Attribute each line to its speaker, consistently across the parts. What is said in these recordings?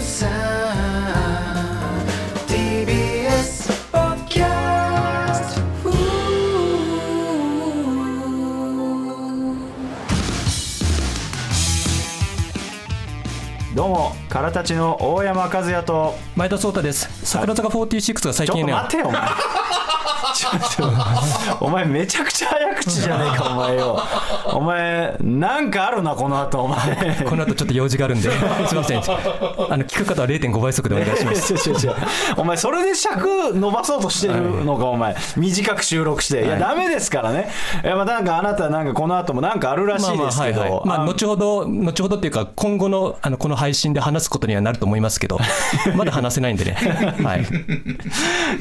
Speaker 1: さ TBS ポッドキャスト
Speaker 2: どうもカラたちの大山和也と
Speaker 3: 前田壮太です桜坂46が最
Speaker 2: ちょっ
Speaker 3: 近
Speaker 2: と
Speaker 3: ね
Speaker 2: 待てよお前ちょっとお前めちゃくちゃ早口じゃねえかお前よお前なんかあるなこの後お前
Speaker 3: この後ちょっと用事があるん ですいませんあの聞く方は0.5倍速でお願いします
Speaker 2: 違う違う違う お前それで尺伸ばそうとしてるのか、お前短く収録して、い、やダメですからねいやまあなんかあなたなんかこの後もなんかあるらしいですけど、
Speaker 3: まあまあはいはいまあ、後ほど後ほどっていうか今後のあのこの配信で話すことにはなると思います けどまだ話せないんでねはい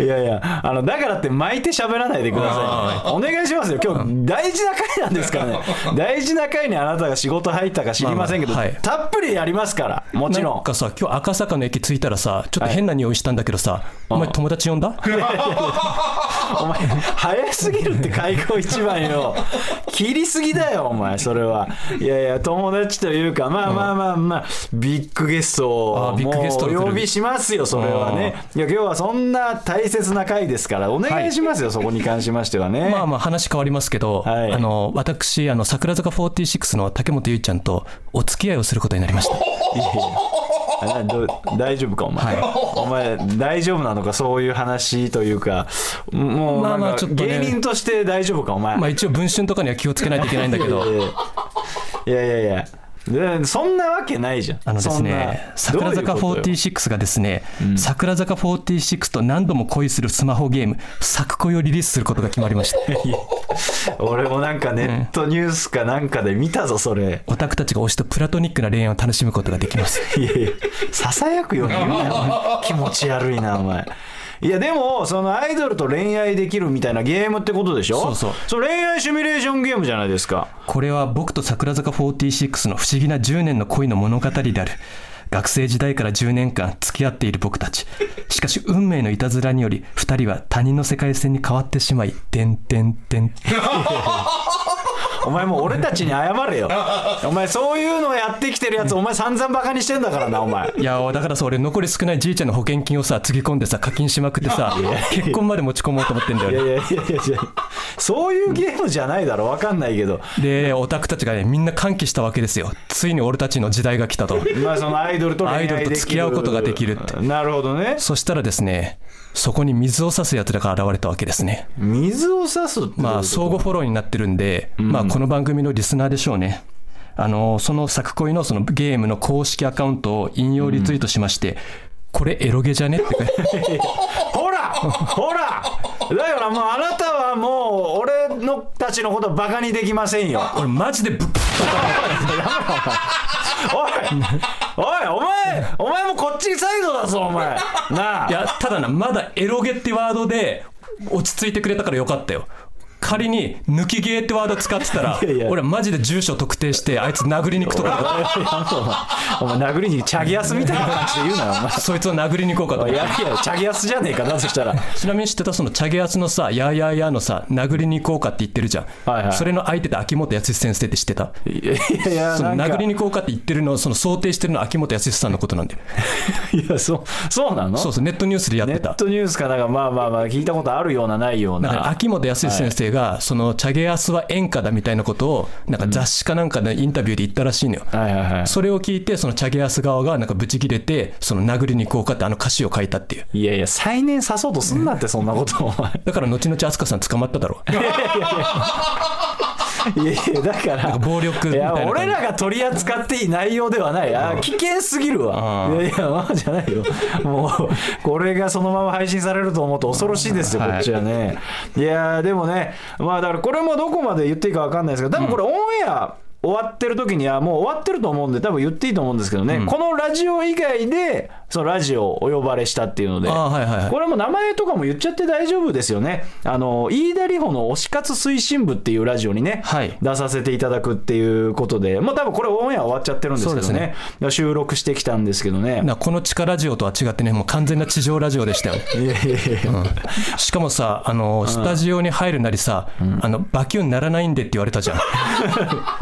Speaker 2: いやいや、あのだからって巻いて喋らないでください、お願いしますよ、今日大事な回なんですからね、 大事な回にあなたが仕事入ったか知りませんけど、
Speaker 3: まあまあはい
Speaker 2: たっぷりやりますから、もちろ
Speaker 3: なん
Speaker 2: ん。
Speaker 3: かさ今日赤坂の駅着いたらさちょっと変な匂いしたんだけどさ、お前友達呼んだ
Speaker 2: お前、早すぎるって開口一番よ、切りすぎだよ、お前、それは。いやいや、友達というか、まあまあまあまあ、ビッグゲスト
Speaker 3: あ
Speaker 2: を
Speaker 3: ービッグゲ
Speaker 2: も
Speaker 3: ストが来
Speaker 2: う
Speaker 3: る
Speaker 2: お呼びしますよ、それはね。いや、今日はそんな大切な回ですから、お願いしますよ、そこに関しましてはね。
Speaker 3: まあまあ話変わりますけど、
Speaker 2: はい
Speaker 3: あの私あの桜坂46の竹本結ちゃんとお付き合いをすることになりました
Speaker 2: いやいやあなど大丈夫かお前、お前大丈夫なのかそういう話というかもう
Speaker 3: ま
Speaker 2: な
Speaker 3: あ
Speaker 2: ん
Speaker 3: まあ
Speaker 2: か
Speaker 3: ちょっとね
Speaker 2: 芸人として大丈夫かお前、
Speaker 3: まあ一応文春とかには気をつけないといけないんだけど
Speaker 2: いやいやいやいやでそんなわけないじゃん
Speaker 3: あのですね、
Speaker 2: そんな
Speaker 3: 桜坂
Speaker 2: どういうことよ
Speaker 3: 46がですね、桜坂46と何度も恋するスマホゲーム、作恋をリリースすることが決まりました。
Speaker 2: 俺もなんかネットニュースかなんかで見たぞそれ
Speaker 3: オタクたちが推しとプラトニックな恋愛を楽しむことができます。
Speaker 2: いやいやささやくように言うなよお前気持ち悪いなお前いやでもそのアイドルと恋愛できるみたいなゲームってことでしょ
Speaker 3: そうそう
Speaker 2: れ恋愛シミュレーションゲームじゃないですか
Speaker 3: これは僕と桜坂46の不思議な10年の恋の物語である。学生時代から10年間付き合っている僕たち。しかし運命のいたずらにより、2人は他人の世界線に変わってしまい、てんてんてん。
Speaker 2: お前もう俺たちに謝れ よ。お前そういうのをやってきてるやつ、お前散々バカにしてんだからな、お前。
Speaker 3: いやだからさ俺残り少ないじいちゃんの保険金をさつぎ込んでさ課金しまくってさ結婚まで持ち込もうと思ってんだ
Speaker 2: いや
Speaker 3: よ
Speaker 2: い
Speaker 3: ね
Speaker 2: やいやいやいやそういうゲームじゃないだろ、わかんないけど。
Speaker 3: でオタクたちがねみんな歓喜したわけですよついに俺たちの時代が来たと
Speaker 2: まあそのアイドルと恋愛できる
Speaker 3: アイドルと付き合うことができるって
Speaker 2: なるほどね。
Speaker 3: そしたらですねそこに水を差すやつらが現れたわけですね
Speaker 2: 水を差すって
Speaker 3: まあ
Speaker 2: そう
Speaker 3: 相互フォローになってるんで、まあこの番組のリスナーでしょうねあのその作恋のそのゲームの公式アカウントを引用リツイートしまして、これエロゲじゃねって
Speaker 2: ほらほらだからもうあなたはもう俺のたちのことバカにできませんよ。
Speaker 3: 俺マジでぶっ
Speaker 2: おいおいお前お前もこっちサイドだぞお前なあ
Speaker 3: いや、ただな、まだエロゲってワードで落ち着いてくれたからよかったよ。仮に、抜きゲーってワード使ってたら、
Speaker 2: いやいや
Speaker 3: 俺マジで住所特定して、あいつ殴りに行くとか、
Speaker 2: お前殴りにチャギアスみたいな感じで言うなよお前
Speaker 3: そいつを殴りに行こうかと
Speaker 2: い
Speaker 3: 思っ
Speaker 2: や
Speaker 3: て。
Speaker 2: いや、チャギアスじゃねえかな、そしたら。
Speaker 3: ちなみに知ってたそのチャゲアスのさ、やーやーやーのさ、殴りに行こうかって言ってるじゃん。
Speaker 2: はいはい
Speaker 3: それの相手で秋元康先生って知ってた
Speaker 2: いやいや、
Speaker 3: その
Speaker 2: なんか
Speaker 3: 殴りに行こうかって言ってるの、その想定してるのは秋元康さんのこ となんだよ。
Speaker 2: いや、そう、そうなの
Speaker 3: そうそう、ネットニュースでやっ
Speaker 2: ネ
Speaker 3: て
Speaker 2: ッ
Speaker 3: た。
Speaker 2: トニュースかなんか、まあまあまあ、聞いたことあるような、ないよう
Speaker 3: だから
Speaker 2: な。
Speaker 3: 秋元康先生が、そのチャゲアスは演歌だみたいなことを、なんか雑誌かなんかでインタビューで言ったらしいのよ。
Speaker 2: はいはいは
Speaker 3: それを聞いて、そのチャゲアス側がなんかブチ切れて、その殴りに行こうかってあの歌詞を書いたっていう。
Speaker 2: い。いやいや、再燃さそうとすんなって、そんなこと、お前。
Speaker 3: だから後々飛鳥さん捕まっただろ。
Speaker 2: いやいや、だから。
Speaker 3: んか暴力みたいな感じ
Speaker 2: や、俺らが取り扱っていい内容ではない。あー、危険すぎるわ。
Speaker 3: うん
Speaker 2: いやいや、まあじゃないよ。もう、これがそのまま配信されると思うと恐ろしいですよ、こ
Speaker 3: はい
Speaker 2: っちはね。いやー、でもね、まあだからこれもどこまで言っていいかわかんないですけど、多分これオンエア、終わってる時にはもう終わってると思うんで多分言っていいと思うんですけどね、このラジオ以外でそのラジオをお呼ばれしたっていうので、
Speaker 3: ああはいはいはい
Speaker 2: これも名前とかも言っちゃって大丈夫ですよね。あの、飯田里穂の推し活推進部っていうラジオにね、
Speaker 3: はい
Speaker 2: 出させていただくっていうことで、もう多分これオンエア終わっちゃってるんですけど
Speaker 3: そう
Speaker 2: ね
Speaker 3: で、
Speaker 2: 収録してきたんですけどね。
Speaker 3: なこの地下ラジオとは違ってね、もう完全な地上ラジオでした よね。
Speaker 2: いやいやいや
Speaker 3: しかもさ、あの、スタジオに入るなりさ、あの、バキュンならないんでって言われたじゃん。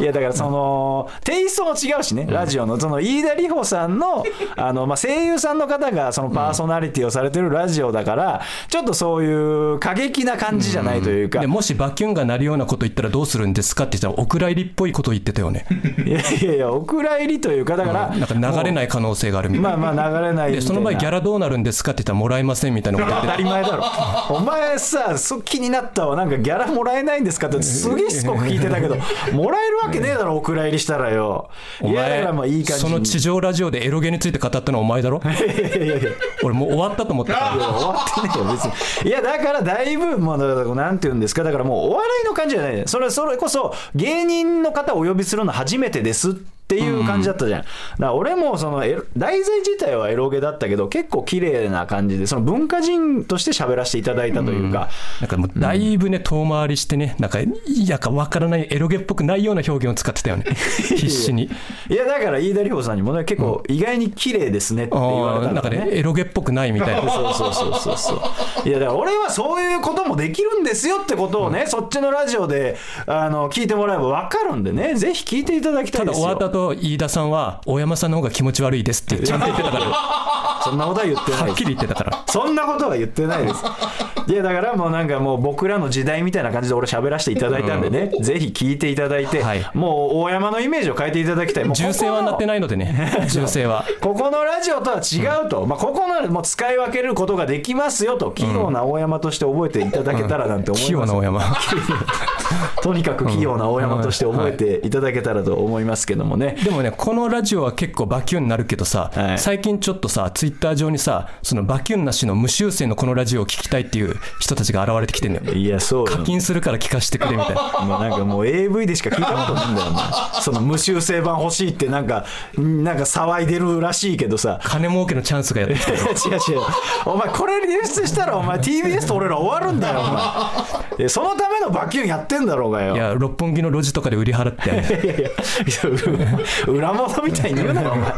Speaker 2: いやだからその、テイストも違うしね、ラジオの、その飯田里穂さんのあの、まあ、声優さんの方がそのパーソナリティをされてるラジオだから、ちょっとそういう過激な感じじゃないというか、
Speaker 3: で、もしバキュンが鳴るようなこと言ったらどうするんですかって言ったら、お蔵入りっぽいこと言ってたよね。
Speaker 2: いやいやいや、お蔵入りというか、だから、
Speaker 3: なんか流れない可能性があるみたいな。
Speaker 2: まあまあ流れない
Speaker 3: で、その前ギ
Speaker 2: ラ
Speaker 3: ャラどうなるんですかって言ったらもらえませんみたいなこと言っ
Speaker 2: 当
Speaker 3: て
Speaker 2: たり前 だろお前さそう気になったわなんかギャラもらえないんですかってすげえしつこく聞いてた けどもらえるわけねえだろお蔵入りしたらよ
Speaker 3: お
Speaker 2: いやだからまあいい感じ
Speaker 3: その
Speaker 2: に
Speaker 3: 地上ラジオでエロゲについて語ったのはお前だろ
Speaker 2: いやいやいや
Speaker 3: 俺もう終わったと思ったか
Speaker 2: い
Speaker 3: ら
Speaker 2: や終わってねえよ別にいやだからだいぶもうだからなんて言うんですかだからもうお笑いの感じじゃないそれそれこそ芸人の方をお呼びするの初めてですっていう感じだったじゃん、だから俺もそのエロ題材自体はエロゲだったけど結構綺麗な感じでその文化人として喋らせていただいたというか、
Speaker 3: なんかもうだいぶね遠回りしてねなんかいやかわからないエロゲっぽくないような表現を使って たよね必死に
Speaker 2: いやだから飯田里穂さんにもね結構意外に綺麗ですねって
Speaker 3: あ
Speaker 2: 言われ
Speaker 3: ー
Speaker 2: た
Speaker 3: なんんか
Speaker 2: だね、
Speaker 3: ねエロゲっぽくないみたいな
Speaker 2: そうそうそうそうそう。いやだから俺はそういうこともできるんですよってことをね、そっちのラジオであの聞いてもらえば分かるんでね、ぜひ聞いていただきた
Speaker 3: た
Speaker 2: い
Speaker 3: だ
Speaker 2: です
Speaker 3: 終わ
Speaker 2: よ。
Speaker 3: った後飯田さんは大山さんの方が気持ち悪いですってちゃんと言ってたからは
Speaker 2: そんなことは言ってない
Speaker 3: っ
Speaker 2: で
Speaker 3: き
Speaker 2: す。
Speaker 3: り言ってたから
Speaker 2: そんな ことは言ってない です。いやだからもうなんかもう僕らの時代みたいな感じで俺喋らせていただいたんで ね、ぜひ聞いていただいて、
Speaker 3: はい
Speaker 2: もう大山のイメージを変えていただきたい。もうここ
Speaker 3: 銃
Speaker 2: の
Speaker 3: 声は鳴ってないのでね銃声は
Speaker 2: ここのラジオとは違うと、まあ、ここのもう使い分けることができますよと、器用な大山として覚えていただけたらなんて思います、
Speaker 3: 器用な大山
Speaker 2: とにかく器用な大山として覚えていただけたらと思いますけどもね。
Speaker 3: でもね、このラジオは結構バキュンになるけどさ、
Speaker 2: はい
Speaker 3: 最近ちょっとさ、ツイッター上にさ、そのバキュンなしの無修正のこのラジオを聞きたいっていう人たちが現れてきてんだよ。
Speaker 2: いや、そうよ
Speaker 3: 課。金するから聞かせてくれみたいな。
Speaker 2: まあ、なんかもう AV でしか聞いたことないんだよ、お 前その無修正版欲しいってなんか、なんか騒いでるらしいけど さ。
Speaker 3: 金儲けのチャンスがやってき
Speaker 2: 違 う
Speaker 3: て。
Speaker 2: 違う。お前これ流出したらお前 TBS と俺ら終わるんだよ、 お前。えそのためのバキュンやってんだろうがよ。
Speaker 3: いや、六本木の路地とかで売り払って やる。
Speaker 2: いやいや、 裏物みたいに言うなよ、お前。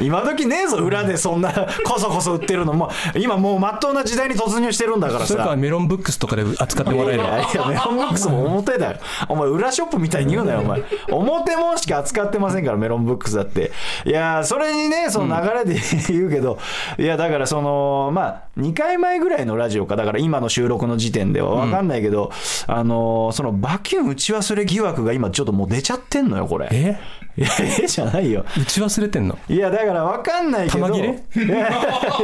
Speaker 2: 今時ねえぞ、裏でそんな、こそこそ売ってるの。もう、今もう真っ当な時代に突入してるんだから
Speaker 3: それか
Speaker 2: さ
Speaker 3: ら。メロンブックスとかで扱ってもらえる
Speaker 2: いやいやいやメロンブックスも表だよ。お前、裏ショップみたいに言うなよ、お前。表もんしか扱ってませんから、メロンブックスだって。いやー、それにね、その流れで 言うけど、いや、だからその、まあ、2回前ぐらいのラジオか、だから今の収録の時点では分かんないけど、あのー、その、バキュン打ち忘れ疑惑が今ちょっともう出ちゃってんのよ、これ。
Speaker 3: え
Speaker 2: いや、ええじゃないよ。
Speaker 3: 打ち忘れてんの
Speaker 2: いや、だから分かんないけど。
Speaker 3: 玉切れ
Speaker 2: いや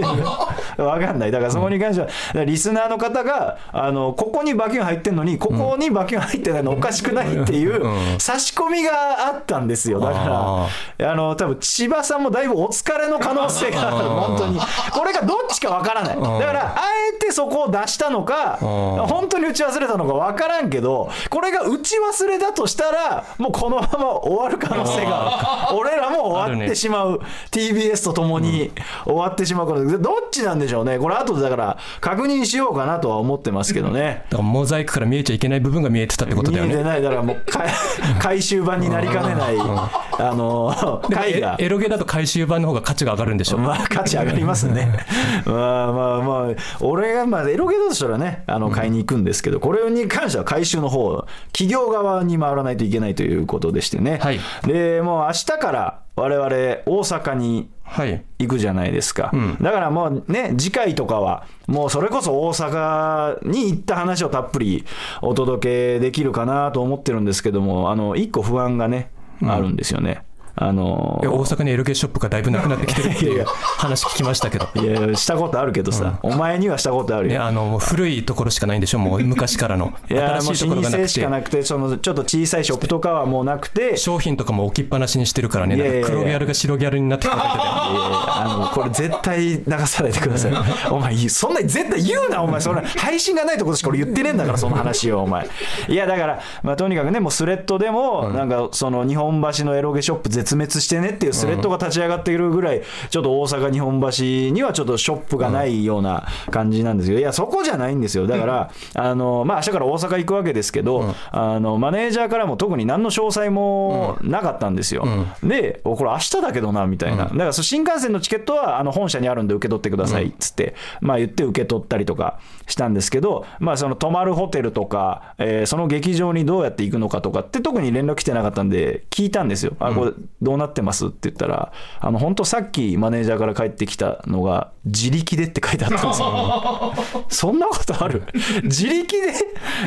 Speaker 2: いや分かんない。だからそこに関しては、だからリスナーの方が、あの、ここに馬券入ってんのに、ここに馬券入ってないのおかしくないっていうう、
Speaker 3: ん
Speaker 2: 差し込みがあったんですよ。だから、あの、多分千葉さんもだいぶお疲れの可能性がある。本当に。これがどっちか分からない。だから、あえてそこを出したのか、
Speaker 3: ん
Speaker 2: 本当に打ち忘れたのか分からんけど、これが打ち忘れだとしたら、もうこのまま終わる可能性がある。俺らも終わってしまう、TBS とともに終わってしまうことで、どっちなんでしょうね、これ、後でだから確認しようかなとは思ってますけどね。
Speaker 3: だからモザイクから見えちゃいけない部分が見えてたってこと
Speaker 2: 見
Speaker 3: だよ
Speaker 2: えて
Speaker 3: ね。
Speaker 2: ない、だからもう か回収版になりかねない、あの、回が
Speaker 3: え。エロゲだと回収版の方が価値が上がるんでしょ。
Speaker 2: まあ価値上がりますね。まあまあまあ、俺がまあエロゲだとしたらね、あの買いに行くんですけど、これに関しては回収の方、企業側に回らないといけないということでしてね。
Speaker 3: はい
Speaker 2: で、もう明日から我々大阪に
Speaker 3: はい。
Speaker 2: 行くじゃないですか、だからもうね次回とかはもうそれこそ大阪に行った話をたっぷりお届けできるかなと思ってるんですけどもあの一個不安がね、あるんですよねあの
Speaker 3: いや大阪にエロゲショップがだいぶなくなってきてるっていう話聞きましたけど。
Speaker 2: いやいやしたことあるけどさ、お前にはしたことある
Speaker 3: ね、
Speaker 2: よ。
Speaker 3: あのもう古いところしかないんでしょ、もう昔からの。
Speaker 2: いや
Speaker 3: 新
Speaker 2: もう
Speaker 3: しいところ
Speaker 2: 老
Speaker 3: がな
Speaker 2: 舗
Speaker 3: く
Speaker 2: しか
Speaker 3: て、
Speaker 2: なくて、そのちょっと小さいショップとかはもうなくて、いやい
Speaker 3: 商品とかも置きっぱなしにしてるからね、
Speaker 2: いやいやいや
Speaker 3: なんか黒ギャルが白ギャルになってくる みたいな
Speaker 2: やあのこれ絶対流さないでください。 お前、そんなに絶対言うな、お前、それ配信がないところしか俺言ってねえんだから、その話を、お前。いや、だから、まあ、とにかくね、もうスレッドでも、なんかその日本橋のエロゲショップ、絶絶滅してねっていうスレッドが立ち上がっているぐらい、ちょっと大阪、日本橋にはちょっとショップがないような感じなんですけど、いや、そこじゃないんですよ、だから、あのまあ明日から大阪行くわけですけど、あのマネージャーからも特に何の詳細もなかったんですよ、で、おこれ、明日だけどなみたいな、だからそ新幹線のチケットはあの本社にあるんで受け取ってくださいっつって、まあ、言って受け取ったりとかしたんですけど、まあ、その泊まるホテルとか、えーその劇場にどうやって行くのかとかって、特に連絡来てなかったんで、聞いたんですよ、あこれ、どうなってますって言ったら、あの本当、さっきマネージャーから帰ってきたのが、自力でって書いてあったんです よ。そんなことあ る自力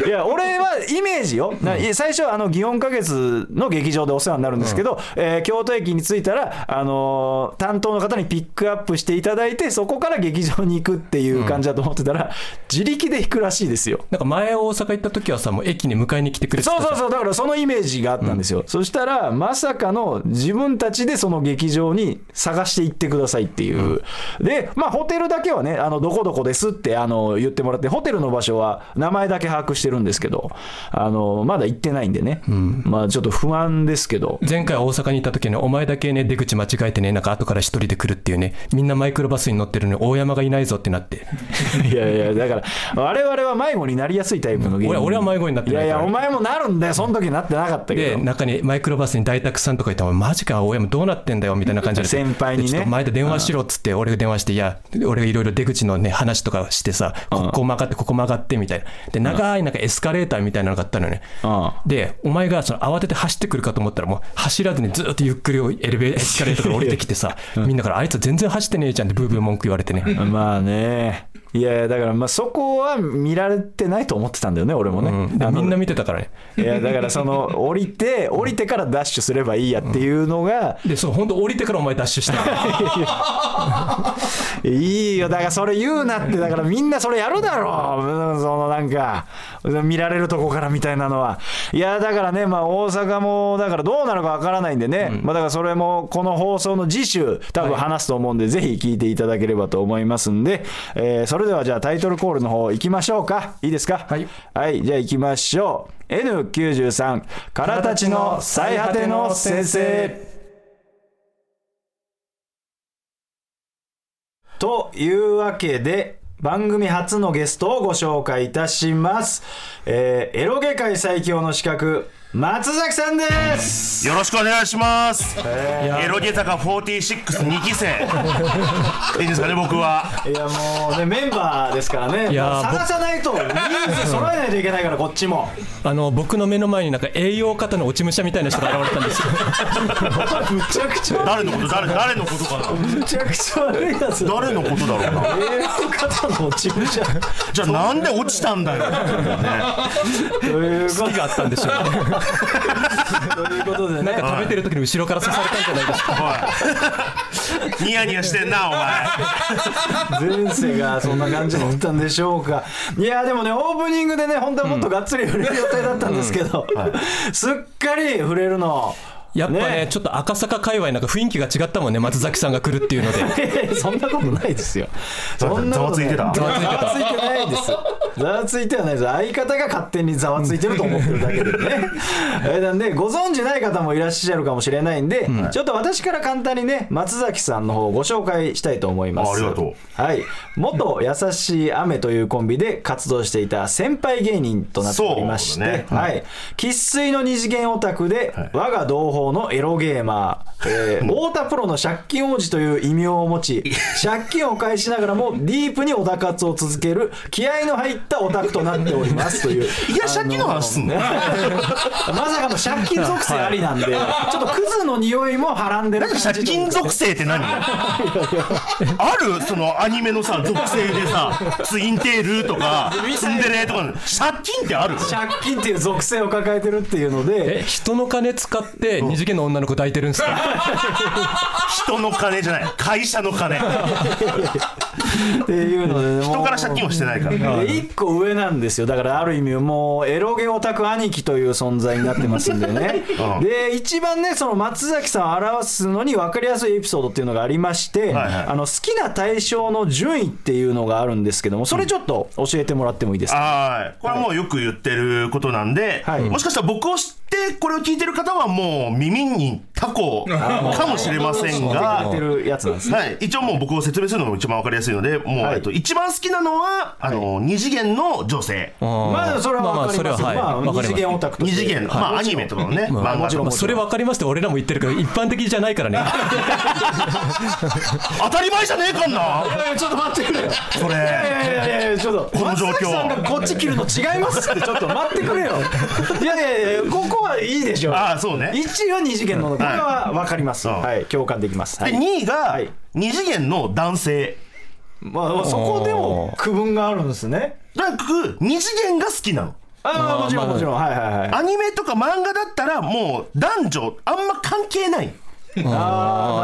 Speaker 2: でいや、俺はイメージよ。な最初、あの、祇園花月の劇場でお世話になるんですけど、えー京都駅に着いたら、あのー担当の方にピックアップしていただいて、そこから劇場に行くっていう感じだと思ってたら、自力で行くらしいですよ。
Speaker 3: なんか前大阪行った時はさもう駅に迎えに来てくれてた
Speaker 2: そうそう
Speaker 3: う
Speaker 2: そう、だからそのイメージがあったんですよ。そしたら、まさかの自分たちでその劇場に探して行ってくださいっていう。で、まあ、ホテルだけはね、あの、どこどこですって、あの、言ってもらって、ホテルの場所は名前だけ把握してるんですけど、あの、まだ行ってないんでね。まあ、ちょっと不安ですけど。
Speaker 3: 前回大阪に行った時ねお前だけね出口間違えてねなんか後から一人で来るっていうねみんなマイクロバスに乗ってるのに大山がいないぞってなって
Speaker 2: いやいや、だから、我々は迷子になりやすいタイプの芸人。
Speaker 3: 俺俺は迷子になって
Speaker 2: い
Speaker 3: ない
Speaker 2: や
Speaker 3: か
Speaker 2: い
Speaker 3: ら
Speaker 2: や、お前もなるんだよ。その時なってなかったけ
Speaker 3: で
Speaker 2: ど。
Speaker 3: 中にマイクロバスに大沢さんとかいたらマジか青山どうなってんだよみたいな感じ で
Speaker 2: 先輩にね
Speaker 3: でちょっと前で電話しろっつって俺が電話していや俺がいろいろ出口のね話とかしてさここ曲がってここ曲がってみたいなで長いなんかエスカレーターみたいなのがあったのね
Speaker 2: うん
Speaker 3: でお前がその慌てて走ってくるかと思ったらもう走らずにずっとゆっくりエレベエスカレーターから降りてきてさみんなからあいつ全然走ってねえじゃんってブーブー文句言われてね
Speaker 2: まあね。いやいやだから、まあ、そこは見られてないと思ってたんだよね、俺もね。
Speaker 3: うんで
Speaker 2: あの
Speaker 3: みんな見てたからね
Speaker 2: いや、だから、その、降りて、降りてからダッシュすればいいやっていうのが、
Speaker 3: でそう本当降りてからお前ダッシュ したの
Speaker 2: いいよ、だから、それ言うなって、だから、みんなそれやるだろう、うんその、なんか、見られるとこからみたいなのは。いや、だからね、まあ、大阪も、だから、どうなるかわからないんでね、まあ、だから、それも、この放送の次週、多分話すと思うんで、ぜひ聞いていただければと思いますんで、えーそれでは、じゃあ、タイトルコールの方、行きましょうか。いいですか
Speaker 3: はい
Speaker 2: はい、じゃあ行きましょう。N93、からたちの最果ての先生。というわけで、番組初のゲストをご紹介いたします。えーエロゲ界最強の資格、松崎さんです
Speaker 4: よろしくお願いします。
Speaker 3: ー
Speaker 4: エロゲ坂46二期生。いいんですかね、僕は。
Speaker 2: いやもうね、メンバーですからね、
Speaker 3: いやー
Speaker 2: もう探さないと、ニーズ揃えないといけないから、こっちも。
Speaker 3: あの僕の目の前になんか栄養過多の落ち武者みたいな人が現れたんですよ
Speaker 2: むちゃくちゃ、
Speaker 4: 誰のこと、誰、誰のことかな。
Speaker 2: むちゃくちゃ悪いやつ。
Speaker 4: 誰のことだろうな。
Speaker 2: えー、方の落ち武者。
Speaker 4: じゃあ、なんで落ちたんだよ。
Speaker 2: ということ
Speaker 3: 好きがあったんでしょうね
Speaker 2: ということで
Speaker 3: な
Speaker 2: ね
Speaker 3: ん。か食べてる時に後ろから刺されたんじゃないですか。
Speaker 4: おいニヤニヤしてんな、お前。
Speaker 2: 前世がそんな感じだったんでしょうか。いやーでもね、オープニングでね、本当はもっとがっつり触れる予定だったんですけど、すっかり触れるの。
Speaker 3: やっぱね
Speaker 2: ね
Speaker 3: ちょっと赤坂界隈なんか雰囲気が違ったもんね、松崎さんが来るっていうの で。
Speaker 2: そんなことないですよ。そんな
Speaker 4: ざ
Speaker 2: こ
Speaker 4: わ
Speaker 2: と
Speaker 4: ついてた
Speaker 2: ざわついてないです。ざわついてはないです。相方が勝手にざわついてると思ってるだけ でね。えなんで、ご存知ない方もいらっしゃるかもしれないんで、ちょっと私から簡単にね、松崎さんの方をご紹介したいと思います。
Speaker 4: あありがとう
Speaker 2: はい。元優しい雨というコンビで活動していた先輩芸人となっておりまして、
Speaker 4: そうね
Speaker 2: はい。生粋の二次元オタクで、我が同胞のエロゲーマー、え ー、太田プロの借金王子という異名を持ち、借金を返しながらもディープにオタ活を続ける、気合の入ったオタクとなっておりますという。
Speaker 4: いや借金の話すんの
Speaker 2: あーねまさかの借金属性ありなんで、ちょっとクズの匂いもはらんでる感じ
Speaker 4: 借金属性って何あるそのアニメのさ属性でさツインテールとかツンデレとか借金ってある
Speaker 2: 借金っていう属性を抱えてるっていうので、
Speaker 3: え、人の金使って二次元の女の子抱いてるんですか
Speaker 4: 人の金じゃない会社の金
Speaker 2: っていうので、ね、
Speaker 4: 人から借金をしてないから
Speaker 2: で1個上なんですよだからある意味もうエロゲオタク兄貴という存在になってますんでね
Speaker 4: うん
Speaker 2: で一番ねその松崎さんを表すのに分かりやすいエピソードっていうのがありまして、
Speaker 4: はいはい
Speaker 2: あの好きな対象の順位っていうのがあるんですけどもそれちょっと教えてもらってもいいですか、
Speaker 4: はいこれはもうよく言ってることなんで、
Speaker 2: はい
Speaker 4: もしかしたら僕を知でこれを聞いてる方はもう耳にタコかもしれません
Speaker 2: や
Speaker 4: が
Speaker 2: ってるやつなんですね。
Speaker 4: はい、一応もう僕を説明するのが一番わかりやすいので、もう、
Speaker 2: はい
Speaker 4: えっと、一番好きなのは、あの、二次元の女性。
Speaker 2: まあそれは分かりますよ。
Speaker 3: まあまあそれははい
Speaker 2: まあ
Speaker 3: わかりま
Speaker 2: 二
Speaker 3: す
Speaker 2: 次元オタクと
Speaker 4: 二
Speaker 2: して
Speaker 4: 次元、まあアニメとかのね、漫画と
Speaker 3: ま
Speaker 4: か
Speaker 3: あ、それ分かりますって俺らも言ってるけど一般的じゃな いからね
Speaker 4: 当たり前じゃねえかんな
Speaker 2: いやいやちょっと待ってくれよ。
Speaker 4: そ
Speaker 2: い
Speaker 4: れ。
Speaker 2: やいやいやいやちょっと
Speaker 4: この状況
Speaker 2: 松崎さんがこっち切るの違いますってちょっと待ってくれよいやいやいやここはいいでしょ
Speaker 4: ああ、そうね。
Speaker 2: 一応二次元のこれは分かります、
Speaker 4: うん
Speaker 2: はい、共感できます、は
Speaker 4: で、
Speaker 2: い
Speaker 4: 2位が
Speaker 2: い、
Speaker 4: 二次元の男性。
Speaker 2: まあ、そこでも区分があるんですね
Speaker 4: とにかく、二次元が好きなの。
Speaker 2: ああもちろんもちろんはいはいはい
Speaker 4: アニメとか漫画だったら、もう男女、あんま関係ない。
Speaker 2: あ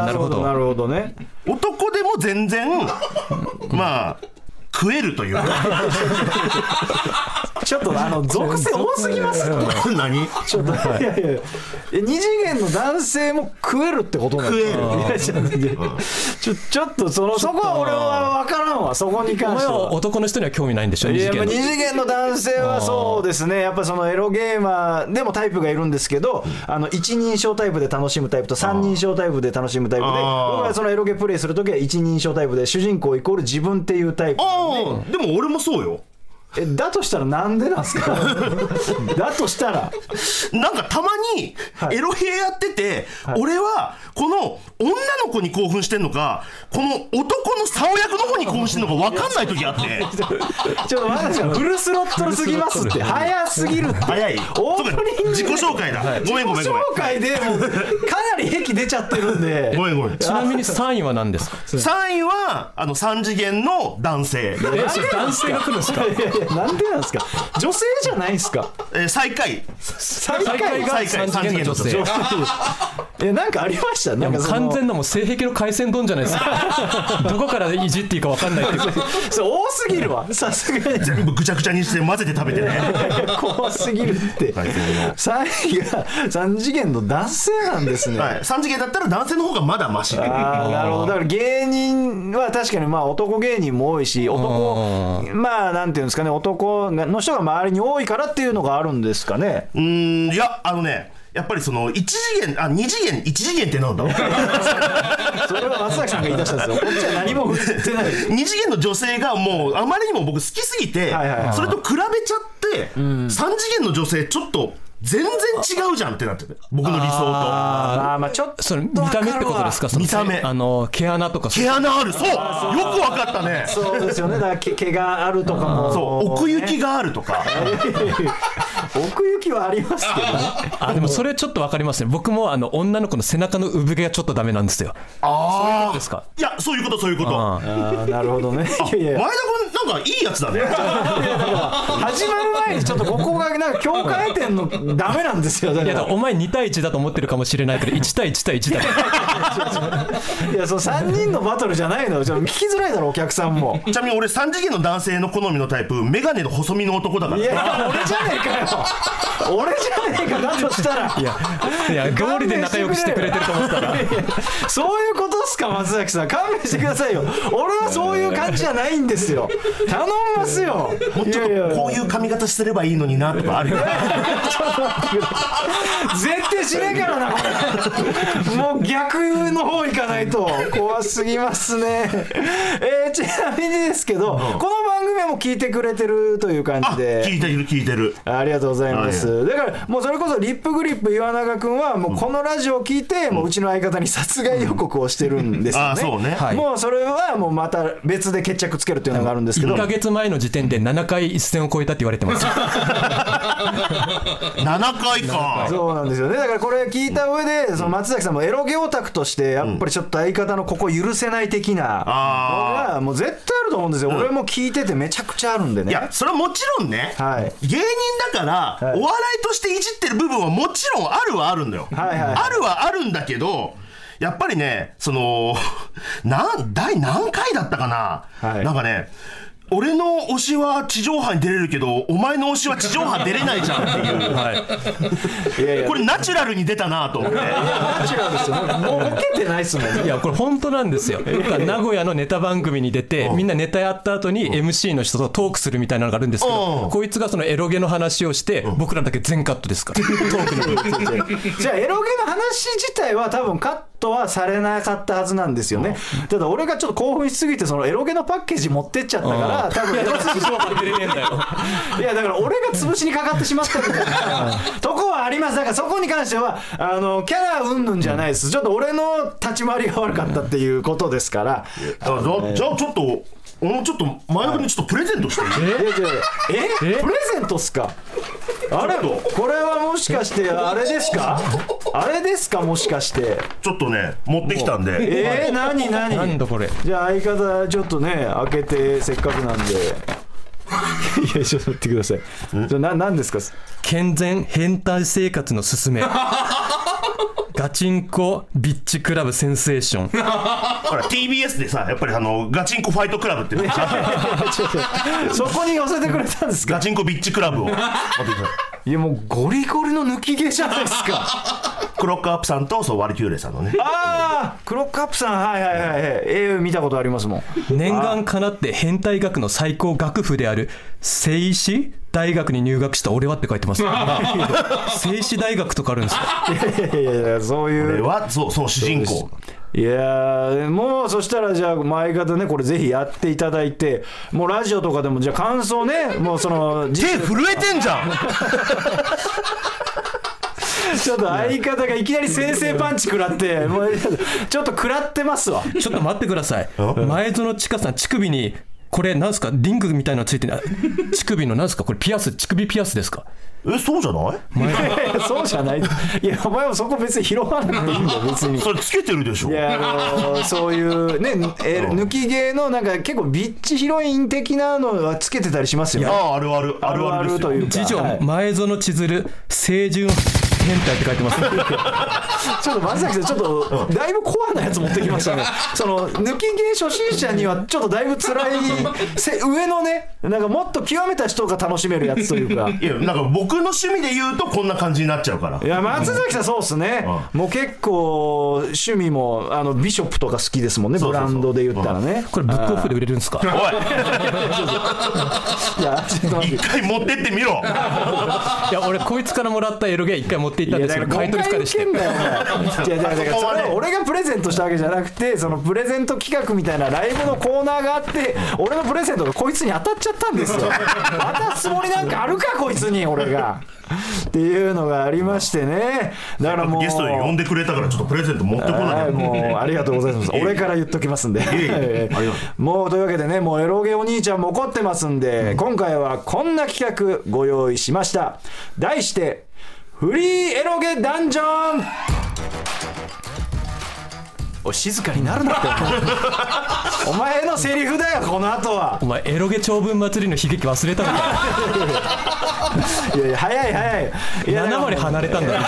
Speaker 3: あ
Speaker 2: あ
Speaker 3: ー
Speaker 2: なるほどな
Speaker 3: な
Speaker 2: るほどね
Speaker 4: 男でも 全然、まあ、食えるというか。
Speaker 2: ちょっとあ の属性多すぎます
Speaker 3: うん
Speaker 4: 何
Speaker 2: ちょっと、い、やいやいや二次元の男性も食えるってことなの
Speaker 4: 食
Speaker 2: い
Speaker 4: える
Speaker 2: やちょっといやちょちょっとそのそこは俺は分からんわそこに関
Speaker 3: お
Speaker 2: し
Speaker 3: 前
Speaker 2: ては
Speaker 3: は男の人には興味ないんでしょ二
Speaker 2: い
Speaker 3: 次
Speaker 2: やまあ
Speaker 3: 元
Speaker 2: 二
Speaker 3: の
Speaker 2: 次元の男性はそうですね、やっぱそのエロゲーマーでもタイプがいるんですけど、あの一人称タイプで楽しむタイプと、三人称タイプで楽しむタイプで、
Speaker 4: あ
Speaker 2: 僕
Speaker 4: ー
Speaker 2: はそのエロゲプレイするときは一人称タイプで、主人公イコール自分っていうタイプ、
Speaker 4: ああ、でも俺もそうよ。
Speaker 2: えだとしたらなんでなんすか、だとしたら、
Speaker 4: なんかたまに
Speaker 2: はい
Speaker 4: エロゲーやってて、
Speaker 2: い
Speaker 4: 俺はこの女の子に興奮してんのかこの男の竿役の方に興奮してんのか分かんない時あ って
Speaker 2: ちょっと待ってくださいフルスロットルすぎますって、早すぎるって、
Speaker 4: 早い
Speaker 2: オープニングで
Speaker 4: 自己紹介だごめんごめん
Speaker 2: 自己
Speaker 4: ごめ
Speaker 2: 紹
Speaker 4: ん
Speaker 2: 介でもうかなり癖出ちゃってるんで。
Speaker 4: ごめんごめん
Speaker 3: ちなみに3位は 何ですか
Speaker 4: 3位はあの3次元の男性、
Speaker 3: えそれ男性が来るんですか
Speaker 2: いやいや なんでなんですか女性じゃないんですか
Speaker 4: えー最下位
Speaker 2: 最
Speaker 3: 最下位が
Speaker 4: 最下位
Speaker 3: 3次元の女
Speaker 4: 三次
Speaker 3: 性
Speaker 4: 元
Speaker 2: えなんかありましたなんかその
Speaker 3: 完全なもう性癖の回線丼じゃないです かどこからいじっていいか分かんないっていう
Speaker 2: それ多すぎるわさすがに
Speaker 4: 全部ぐちゃぐちゃにして混ぜて食べてね
Speaker 2: 怖すぎるって
Speaker 4: 最高の
Speaker 2: 3位が3次元の男性なんですね、
Speaker 4: はい、3次元だったら男性の方がまだマシ
Speaker 2: ああなるほどだから芸人は確かにまあ男芸人も多いし男まあなんていうんですかね男がの人が周りに多いからっていうのがあるんですかね
Speaker 4: うーんいやあのねやっぱりその1次元あ2次元1次元っ てなんだ
Speaker 2: それは松崎さんが言い出したん ですよこっちは何も振ってない
Speaker 4: 二次元の女性がもうあまりにも僕好きすぎて、
Speaker 2: はいはいはい
Speaker 4: それと比べちゃって、三次元の女性ちょっと全然違うじゃんってなってて僕の理想
Speaker 3: あ
Speaker 2: ああまあちょっと
Speaker 3: それ見た目ってことですかその
Speaker 4: 見た目
Speaker 3: あの毛穴とか
Speaker 4: と毛穴あるそうよくわかったねそう
Speaker 2: そうですよねだからけ毛があるとかも
Speaker 4: 奥行きがあるとか
Speaker 2: 奥行きはありますけどね
Speaker 3: あでもそれちょっと分かりますね僕もあの女の子の背中の産毛がちょっとダメなんですよ
Speaker 4: ああ
Speaker 3: ですか
Speaker 4: いやそういうことそういうこと
Speaker 3: あー
Speaker 2: ああなるほどねいやい
Speaker 4: 前
Speaker 2: や
Speaker 4: 田君なんかいいやつだね
Speaker 2: 始まる前にちょっとここがなんか境界点のダメなんですよだ
Speaker 3: い
Speaker 2: か
Speaker 3: やだ
Speaker 2: ら
Speaker 3: からお前2対1だと思ってるかもしれないけど1対1対1だから
Speaker 2: いやその3人のバトルじゃないのよちょっと聞きづらいだろお客さんも
Speaker 4: ちなみに俺三次元の男性の好みのタイプ眼鏡の細身の男だか
Speaker 2: い
Speaker 4: ら
Speaker 2: や俺じゃねえかよ俺じゃねえかだとしたらいや
Speaker 3: いや道理で仲良くしてくれてると思ったら
Speaker 2: そういうことっすか松崎さん勘弁してくださいよ俺はそういう感じじゃないんですよ頼みますよ
Speaker 4: もうちょっ
Speaker 2: いやい
Speaker 4: と
Speaker 2: や
Speaker 4: こういう髪型すればいいのになとかあるよ
Speaker 2: 絶対しねえからなこれもう逆の方行かないと怖すぎますねえーちなみにですけど、この番組はもう聞いてくれてるという感
Speaker 4: あ
Speaker 2: じで
Speaker 4: 聞いてる聞いてる
Speaker 2: ありがとうございます、だからもうそれこそリップグリップ岩永君はもうこのラジオを聞いてもううちの相方に殺害予告をしてるんですよね、
Speaker 4: あそうね
Speaker 3: はい
Speaker 2: もうそれはもうまた別で決着つけるっていうのがあるんですけど
Speaker 3: 1ヶ月前の時点で7回一線を超えたって言われてます
Speaker 4: 7回か
Speaker 2: そうなんですよねだからこれ聞いた上でその松崎さんもエロゲオタクとしてやっぱりちょっと相方のここ許せない的な
Speaker 4: あ
Speaker 2: のがもう絶対あると思うんですよ、俺も聞いててめちゃくちゃあるんで
Speaker 4: い
Speaker 2: ね
Speaker 4: やそれはもちろんね、
Speaker 2: はい
Speaker 4: 芸人だから、
Speaker 2: はい
Speaker 4: お笑いとしていじってる部分はもちろんあるはあるんだよ、
Speaker 2: はいはい
Speaker 4: あるはあるんだけどやっぱ りねそのなん第何回だったかな、
Speaker 2: はい
Speaker 4: なんかね俺の推しは地上波に出れるけどお前の推しは地上波出れないじゃんって いう、
Speaker 2: いやいや
Speaker 4: これナチュラルに出たなと思って
Speaker 2: ナチュラルですよもうもうボケてないっすもんね
Speaker 3: いやこれ本当なんですよ僕は名古屋のネタ番組に出てみんなネタやった後に MC の人とトークするみたいなのがあるんですけ
Speaker 4: う
Speaker 3: ど
Speaker 4: ん
Speaker 3: こいつがそのエロゲの話をして僕らだけ全カットですからトークの部分
Speaker 2: じゃあエロゲの話自体は多分カットはされなかったはずなんですよねただ俺がちょっと興奮しすぎてそのエロゲのパッケージ持ってっちゃったから多分エロ
Speaker 3: 地上波出れねえんだよ
Speaker 2: いやだから俺が潰しにかかってしまったみたい なとこはありますだからそこに関してはあのキャラうんぬんじゃないですちょっと俺の立ち回りが悪かったっていうことですから
Speaker 4: だからじゃじゃあちょっと俺もちょっと前田君にちょっとプレゼントしていい、
Speaker 2: えええプレゼントっすかあれこれはもしかしてあれですかあれですかもしかして
Speaker 4: ちょっとね持ってきたんで
Speaker 2: えー、何何
Speaker 3: なんだこれ
Speaker 2: じゃあ相方ちょっとね開けてせっかくなん でいやちょっと待ってくださいじゃあな何ですか
Speaker 3: 健全変態生活のすすめガチンコビッチクラブセンセーション
Speaker 4: ほら TBS でさやっぱりあのガチンコファイトクラブっていうのがあって
Speaker 2: そこに寄せてくれたんですか
Speaker 4: ガチンコビッチクラブを持ってきた
Speaker 2: いやもうゴリゴリの抜き毛じゃないですか
Speaker 4: クロックアップさんとそうワルキューレさんのね
Speaker 2: ああクロックアップさんはいはいはいはいええ見たことありますもん
Speaker 3: 念願かなって変態学の最高学府である聖子大学に入学した俺はって書いてます 聖子大学とかあるんですよ
Speaker 2: いやいやいやそうい
Speaker 4: これ
Speaker 2: う
Speaker 4: はそうそう主人公
Speaker 2: いやーもうそしたらじゃあ前方ねこれぜひやっていただいてもうラジオとかでもじゃあ感想ねもうその
Speaker 4: 手震えてんじゃん
Speaker 2: ちょっと相方がいきなり先制パンチ食らって、も うちょっと食らってますわ。
Speaker 3: ちょっと待ってください。前園千佳さん、乳首に、これ、なんすか、リングみたいなのついてない。乳首の、なんすか、これ、ピアス、乳首ピアスですか。
Speaker 4: えそうじゃない
Speaker 2: そうじゃない。いや、お前もそこ別に拾わなくていいんだよ、別に。
Speaker 4: それつけてるでしょ
Speaker 2: いや、あのーそういうね、えー抜き毛のなんか結構ビッチヒロイン的なのはつけてたりしますよ
Speaker 4: あ
Speaker 2: ね。
Speaker 4: ああるあるあるあるです
Speaker 2: とい
Speaker 4: よ
Speaker 2: うか。
Speaker 3: 次女、
Speaker 2: はい
Speaker 3: 前園千鶴、清純変態って書いてます。
Speaker 2: ちょっと松崎さん、ちょっとだいぶコアなやつ持ってきましたね。その抜き毛初心者にはちょっとだいぶ辛いせ上のね、なんかもっと極めた人が楽しめるやつという か。
Speaker 4: いやなんか僕の趣味で言うとこんな感じになっちゃうから
Speaker 2: いや松崎さんそうっすね、もう結構趣味もあのビショップとか好きですもんね
Speaker 4: そうそうそう
Speaker 2: ブランドで言ったらね、
Speaker 3: これ、ブックオフで売れるんですか。
Speaker 2: いやちょっと
Speaker 4: おい
Speaker 2: 待って
Speaker 4: 一回持ってってみ ろ
Speaker 3: いや、俺、こいつからもらったエロゲ一回持っていったんですけど、買い取り
Speaker 2: 誤解
Speaker 3: 疲れ
Speaker 2: 受
Speaker 3: し
Speaker 2: け
Speaker 3: て
Speaker 2: ん。 だよお前いやだからだから
Speaker 4: ここ
Speaker 2: そ
Speaker 4: はね
Speaker 2: れは俺がプレゼントしたわけじゃなくてそのプレゼント企画みたいなライブのコーナーがあって俺のプレゼントがこいつに当たっちゃったん ですよ当たすつもりなんかあるかこいつに俺がっていうのがありましてねだからもう
Speaker 4: ゲストに呼んでくれたからちょっとプレゼント持ってこな
Speaker 2: はいい、
Speaker 4: と
Speaker 2: もうありがとうご ざいます。俺から言っときますんで。 ええもうというわけでね、もうエロゲお兄ちゃんも怒ってますんで、今回はこんな企画ご用意しました。題して、フリーエロゲダンジョンお静かになるなって お前のセリフだよこの後は
Speaker 3: お前、エロゲ長文祭りの悲劇忘れたのか。
Speaker 2: いやいや早い早いいや
Speaker 3: 7割離れたんだな。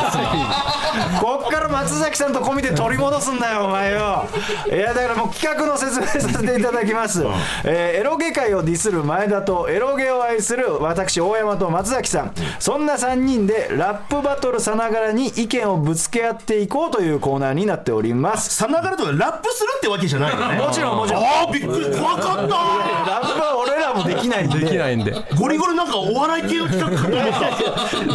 Speaker 2: こっから松崎さんと込みで取り戻すんだよお前よいやだからもう企画の説明させていただきます、えーエロゲ界をディスる前田とエロゲを愛する私大山と松崎さんそんな3人でラップバトルさながらに意見をぶつけ合っていこうというコーナーになっております
Speaker 4: さながらとかラップするってわけじゃないよね
Speaker 2: もちろんもちろん
Speaker 4: ああびっくり怖かっ
Speaker 2: ラップは俺らもできないんで
Speaker 3: できないんで。
Speaker 4: たゴリゴリなんかお笑い系の企画かと思っ た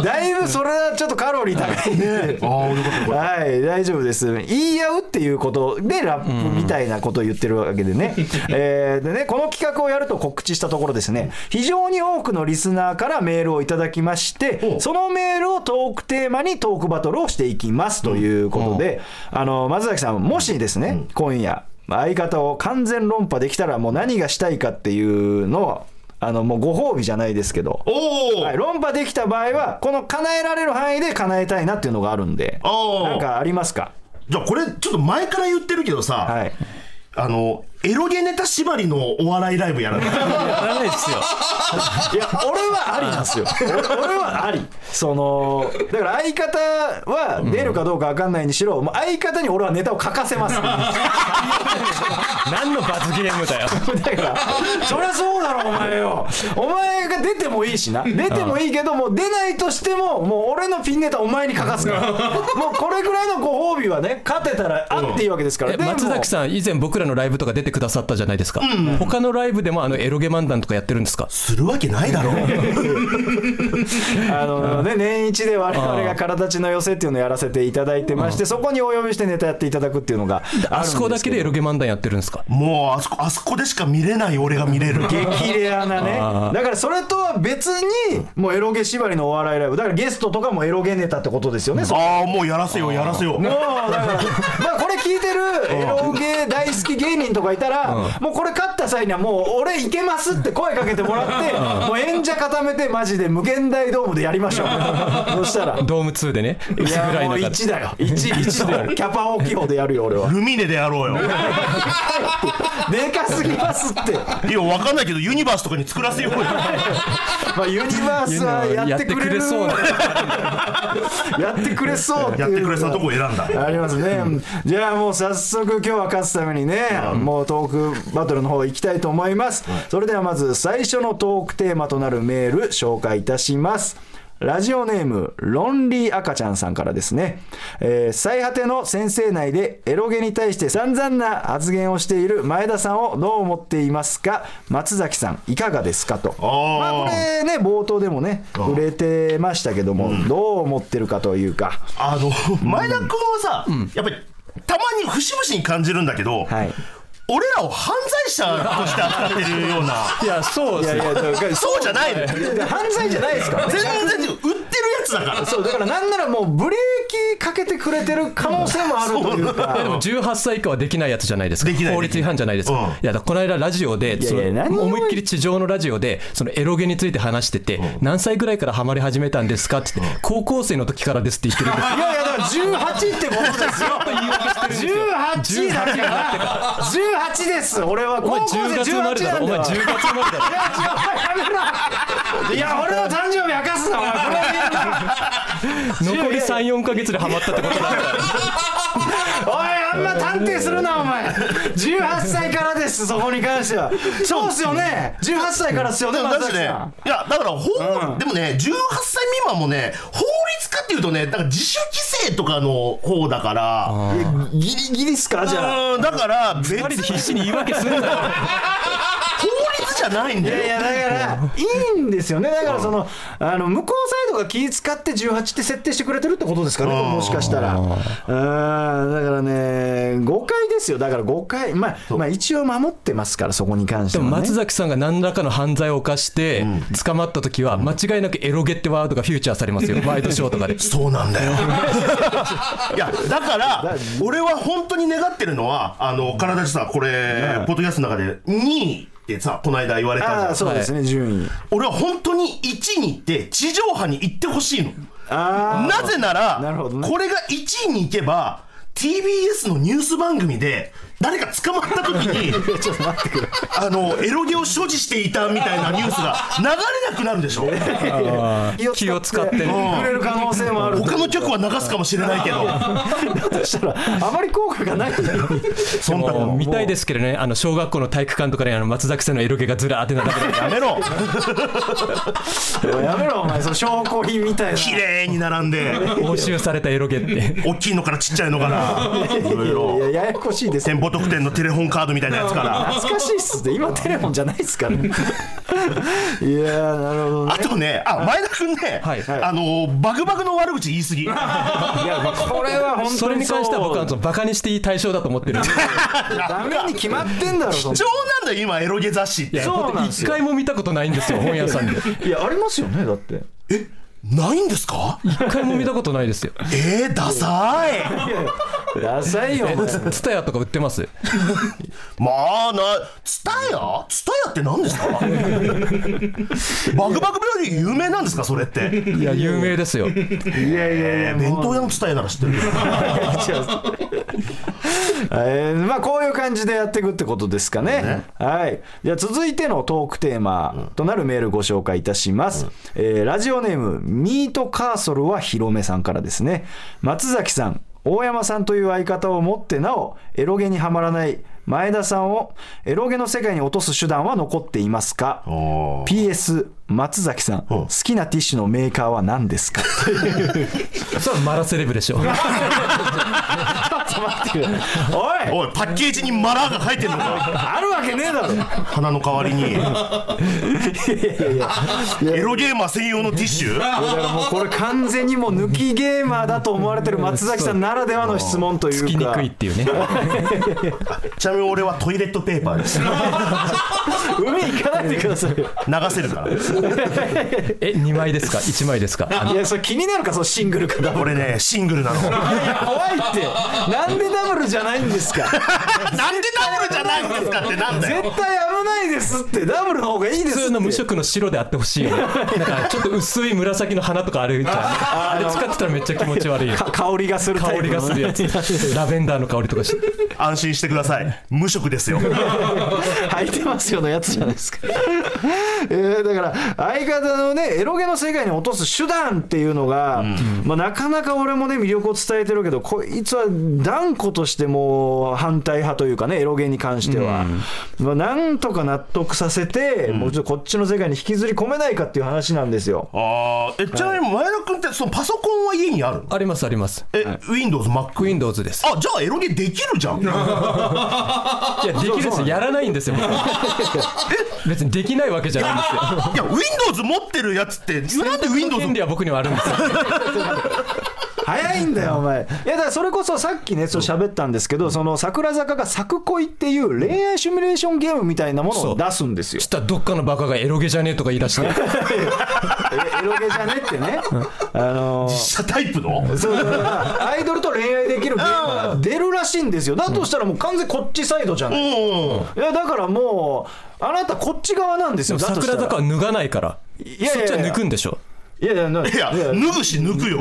Speaker 2: だいぶそれはちょっとカロリー高いんで
Speaker 4: ああよかった
Speaker 2: はい、大丈夫です。言い合うっていうことで、ラップみたいなことを言ってるわけで ね。えーでね、この企画をやると告知したところですね、非常に多くのリスナーからメールをいただきまして、そのメールをトークテーマにトークバトルをしていきますということで、あの、松崎さん、もしですね、今夜、相方を完全論破できたら、もう何がしたいかっていうのを、あの、もうご褒美じゃないですけど、
Speaker 4: おお
Speaker 2: はい、論破できた場合は、この叶えられる範囲で叶えたいなっていうのがあるんで、
Speaker 4: おー
Speaker 2: なんかありますか、
Speaker 4: じゃあこれちょっと前から言ってるけどさ、
Speaker 2: はい、
Speaker 4: あのエロゲネタ縛りのお笑いライブやらな い
Speaker 3: やらないっすよ。
Speaker 2: いや、俺はありなんです よ、俺俺はあり、そのだから相方 は出るかどうか分かんないにしろ、もう相方に俺はネタを書かせます、
Speaker 3: 何の罰ゲームだよ
Speaker 2: だからそりゃそうだろお前よお前が出てもいいしな出てもいいけどもう出ないとしてももう俺のピンネタお前に書かす からもうこれぐらいのご褒美はね勝てたらあっていいわけですから、
Speaker 3: え
Speaker 2: でも
Speaker 3: 松崎さん以前僕らのライブとか出てくださったじゃないですか、他のライブでもあのエロゲ漫談とかやってるんですか
Speaker 4: するわけないだろ
Speaker 2: あのね、年一で我々が体ちの寄せっていうのをやらせていただいてまして、そこにお呼びしてネタやっていただくっていうのが
Speaker 3: あそこだけでエ
Speaker 2: る
Speaker 3: ロゲ漫談やってるんですか
Speaker 4: もうあそこあそこでしか見れない俺が見 れる
Speaker 2: んですけど激レアなねだからそれとは別にもうエロゲ縛りのお笑いライブだからゲストとかもエロゲネタってことですよね、そ
Speaker 4: ああもうやらせようやらせよう
Speaker 2: もうだからまあこれ聞いてるエロゲ大好き芸人とかいたらもうこれ勝った際にはもう俺いけますって声かけてもらってもう演者固めてマジで無限大ドームでやりましょうそしたら
Speaker 3: ドーム2でね薄
Speaker 2: いや
Speaker 3: 暗い
Speaker 2: もう
Speaker 3: 中
Speaker 2: 1だよ1一だよキャパ大きい方でやるよ俺は
Speaker 4: ルミネでやろうよ
Speaker 2: でかすぎますって
Speaker 4: いやわかんないけどユニバースとかに作らせよう よ
Speaker 2: まあユニバースはやってくれる
Speaker 3: やってくれそう
Speaker 2: やってくれそう
Speaker 4: やってくれそうなとこ
Speaker 2: や
Speaker 4: 選んだ
Speaker 2: ありますね、じゃあもう早速今日は勝つためにね、もうトークバトルの方行きたいと思います、それではまず最初のトークテーマとなるメール紹介いたしますラジオネーム、ロンリー赤ちゃんさんからですね。えー最果ての先生内でエロゲに対して散々な発言をしている前田さんをどう思っていますか松崎さん、いかがですかと。まあこ
Speaker 4: あ
Speaker 2: れね、冒頭でもね、
Speaker 4: あ
Speaker 2: 触れてましたけども、どう思ってるかというか。
Speaker 4: ああの前田君はさ、やっぱりたまに節々に感じるんだけど、
Speaker 2: はい。
Speaker 4: 俺らを犯罪者として扱ってるような
Speaker 3: いやそう
Speaker 2: い
Speaker 3: で
Speaker 2: や
Speaker 3: す
Speaker 2: い
Speaker 3: ね
Speaker 2: や、だから
Speaker 4: そうじゃないのよ
Speaker 2: いや犯罪じゃないですからね。
Speaker 4: 全然違う売ってるやつだから
Speaker 2: そうだからなんならもうブレーキかけてくれてる可能性もあるという
Speaker 3: で
Speaker 2: か。
Speaker 3: も18歳以下はできないやつじゃないですか
Speaker 4: できない
Speaker 3: 法律違反じゃないですか、
Speaker 4: うん
Speaker 3: いやだからこの間ラジオで
Speaker 2: や
Speaker 3: その
Speaker 2: 何を
Speaker 3: 思いっきり地上のラジオでそのエロゲについて話してて、何歳ぐらいからハマり始めたんですかって言って、高校生の時からですって言ってるんです
Speaker 2: いやいやだから18ってことですよ。18だから18です俺は
Speaker 3: お
Speaker 2: 高
Speaker 3: 前
Speaker 2: 校
Speaker 3: 10
Speaker 2: 生
Speaker 3: 月生まれ
Speaker 2: 18
Speaker 3: だ
Speaker 2: なん
Speaker 3: ろお
Speaker 2: だ
Speaker 3: 前
Speaker 2: よ
Speaker 3: 10月生まれだろ
Speaker 2: いや違うやめろいや俺の誕生日明かすなお前これは言えない
Speaker 3: 残り34か月でハマったってことなんだよ
Speaker 2: おいあんま探偵するなお前18歳からですそこに関してはそうっすよね18歳からっすよね
Speaker 4: でもだ
Speaker 2: 松
Speaker 4: し
Speaker 2: 崎
Speaker 4: ね、い
Speaker 2: さ
Speaker 4: や、だから法、でもね、18歳未満もね、法律かっていうとね、だから自主規制とかの方だから、
Speaker 2: んいやギリギリっすかじゃあ
Speaker 4: うん、だから別に
Speaker 3: 2
Speaker 4: 法
Speaker 3: 人で必死に言い訳するんだよ
Speaker 4: 律じゃないん
Speaker 2: いやい
Speaker 4: だよ。
Speaker 2: やだからいいんですよねだからそのあの向こうサイドが気使って18って設定してくれてるってことですかね
Speaker 4: うん
Speaker 2: もしかしたらうんだからね誤解ですよだから誤解まあまあ一応守ってますからそこに関して
Speaker 3: で
Speaker 2: は
Speaker 3: も
Speaker 2: ね
Speaker 3: 松崎さんが何らかの犯罪を犯して捕まった時は間違いなくエロゲってワードがフューチャーされますよワイドショーとかで
Speaker 4: そうな んだよ。いや、だから、俺は本当に願ってるのは、あの、体地さ、これ、ポッドキャストの中で2位ってさ、この間言われたじ
Speaker 2: あ
Speaker 4: ゃ
Speaker 2: あ
Speaker 4: ん。
Speaker 2: そうですね順位
Speaker 4: 俺は本当に1位に行って、地上波に行ってほしいの。
Speaker 2: ああ
Speaker 4: なぜなら
Speaker 2: なるほどね
Speaker 4: これが1位に行けば TBS のニュース番組で誰か捕まった時 にあのエロゲを所持していたみたいなニュースが流れなくなるでし ょ
Speaker 3: 気を使ってね
Speaker 2: くれる可能性もある
Speaker 4: 他の局は流すかもしれないけど
Speaker 2: そしたらあまり効果がないん だよ
Speaker 4: 忖
Speaker 3: も
Speaker 4: 度
Speaker 3: う
Speaker 4: も
Speaker 3: 見たいですけどね、あの小学校の体育館とかであの松崎さんのエロゲがずらーって並 べて
Speaker 4: やめろ
Speaker 2: やめろお前その証拠品みたいな
Speaker 4: 綺麗に並んで
Speaker 3: 押収されたエロゲって。
Speaker 4: 大きいのからちっちゃいのからいろ
Speaker 2: いや
Speaker 4: いろ
Speaker 2: ややこしいです
Speaker 4: 店舗特典のテレホンカードみたいなやつから
Speaker 2: 懐かしいっすね今テレフォンじゃないです からねいやーなるほどね
Speaker 4: あとねあ前田君ね、
Speaker 3: はいはい
Speaker 4: あのバグバグの悪口言い過ぎ
Speaker 2: いやまあこれは本当に
Speaker 3: それに関しては僕は
Speaker 2: そう
Speaker 3: バカにしていい対象だと思 ってるんで
Speaker 2: ダメに決まってんだろそんな
Speaker 4: 貴重なんだよ今エロゲ雑誌って
Speaker 3: いや
Speaker 2: そうなんです
Speaker 3: 一
Speaker 2: よ
Speaker 3: 回も見たことないんですよ本屋さんで 一
Speaker 2: いやありますよねだって
Speaker 4: ないんですか
Speaker 3: 回も見たことないですよ
Speaker 4: えー、ダサい
Speaker 2: ダサいよお前
Speaker 3: ツタヤとか売ってます
Speaker 4: まあなツタヤツタヤって何ですかバグバグ病院有名なんですかそれって
Speaker 3: いや有名ですよ
Speaker 2: いやいやいや
Speaker 4: 弁当屋のツタヤなら知ってるけど
Speaker 2: えーまあこういう感じでやっていくってことですかね。はい。じゃあ続いてのトークテーマとなるメールご紹介いたします。えーラジオネーム、ミートカーソルは広めさんからですね。松崎さん、大山さんという相方を持ってなお、エロゲにはまらない前田さんをエロゲの世界に落とす手段は残っていますか
Speaker 4: おー
Speaker 2: PS 松崎さん
Speaker 4: お
Speaker 2: 好きなティッシュのメーカーは何ですかちょ
Speaker 3: それはマラセレブでしょ
Speaker 2: っと待ってくれおい
Speaker 4: おいパッケージにマラが入ってんのか
Speaker 2: あるわけねえだろ
Speaker 4: 花の代わりにエロゲーマー専用のティッシュ
Speaker 2: いやだからもうこれ完全にもう抜きゲーマーだと思われてる松崎さんならではの質問という
Speaker 3: つ
Speaker 2: か
Speaker 3: きにくいっていうね
Speaker 4: ちなみに俺はトイレットペーパーです
Speaker 2: 海行かないでくださいよ
Speaker 4: 流せるから
Speaker 3: え2枚ですか1枚 ですかあの
Speaker 2: いやそれ気になるかそのシングルかダブル
Speaker 4: 俺ねシングルなのなんで
Speaker 2: いや怖いってなんでダブルじゃないんですか
Speaker 4: ダブルじゃないんですかってなんだよ
Speaker 2: 絶対危ないですってダブルの方がいいです
Speaker 3: 普
Speaker 2: って
Speaker 3: 通の無色の白であってほしいよねなんかちょっと薄い紫の花とかあるじゃんあれ使ってたらめっちゃ気持ち悪いよ
Speaker 2: か香りがする
Speaker 3: 香
Speaker 2: タイプ
Speaker 3: りが するやつラベンダーの香りとかして
Speaker 4: 安心してください無職ですよ
Speaker 2: 履いてますよのやつじゃないですか、 えーだから相方のねエロゲの世界に落とす手段っていうのが、まあ、なかなか俺もね魅力を伝えてるけどこいつは断固としてもう反対派というかねエロゲに関しては、まあ、なんとか納得させて、もうちょっとこっちの世界に引きずり込めないかっていう話なんですよ
Speaker 4: あーえちなみに前田君ってそのパソコンは家にあるの
Speaker 3: ありますあります
Speaker 4: え、WindowsMac
Speaker 3: Windows です
Speaker 4: あじゃあエロゲできるじゃんえ
Speaker 3: いやできるんですよやらないんです よ別にできないわけじゃないんですよ
Speaker 4: いや Windows 持ってるやつってなんで
Speaker 3: その
Speaker 4: Windows
Speaker 3: 権利は僕にはあるんですよ
Speaker 2: 早いん だよ、お前。いや、だからそれこそさっきね、そう喋ったんですけど、その桜坂が作恋っていう恋愛シミュレーションゲームみたいなものを出すんですよ
Speaker 3: そし。たらどっかのバカがエロゲじゃねえとか言い出し て
Speaker 2: えエロゲじゃねって ね。あのー
Speaker 4: 社タイプの
Speaker 2: そうだからアイドルと恋愛できるゲームが出るらしいんですよ。だとしたらもう完全こっちサイドじゃない。い
Speaker 4: うん
Speaker 2: や、だからもう、あなたこっち側なんですよ。だとした
Speaker 3: 桜
Speaker 2: ら
Speaker 3: 坂は脱がないから
Speaker 2: やいやいや
Speaker 3: そっちは抜くんでしょ
Speaker 2: いやいや、ない
Speaker 4: や脱ぐし抜くよ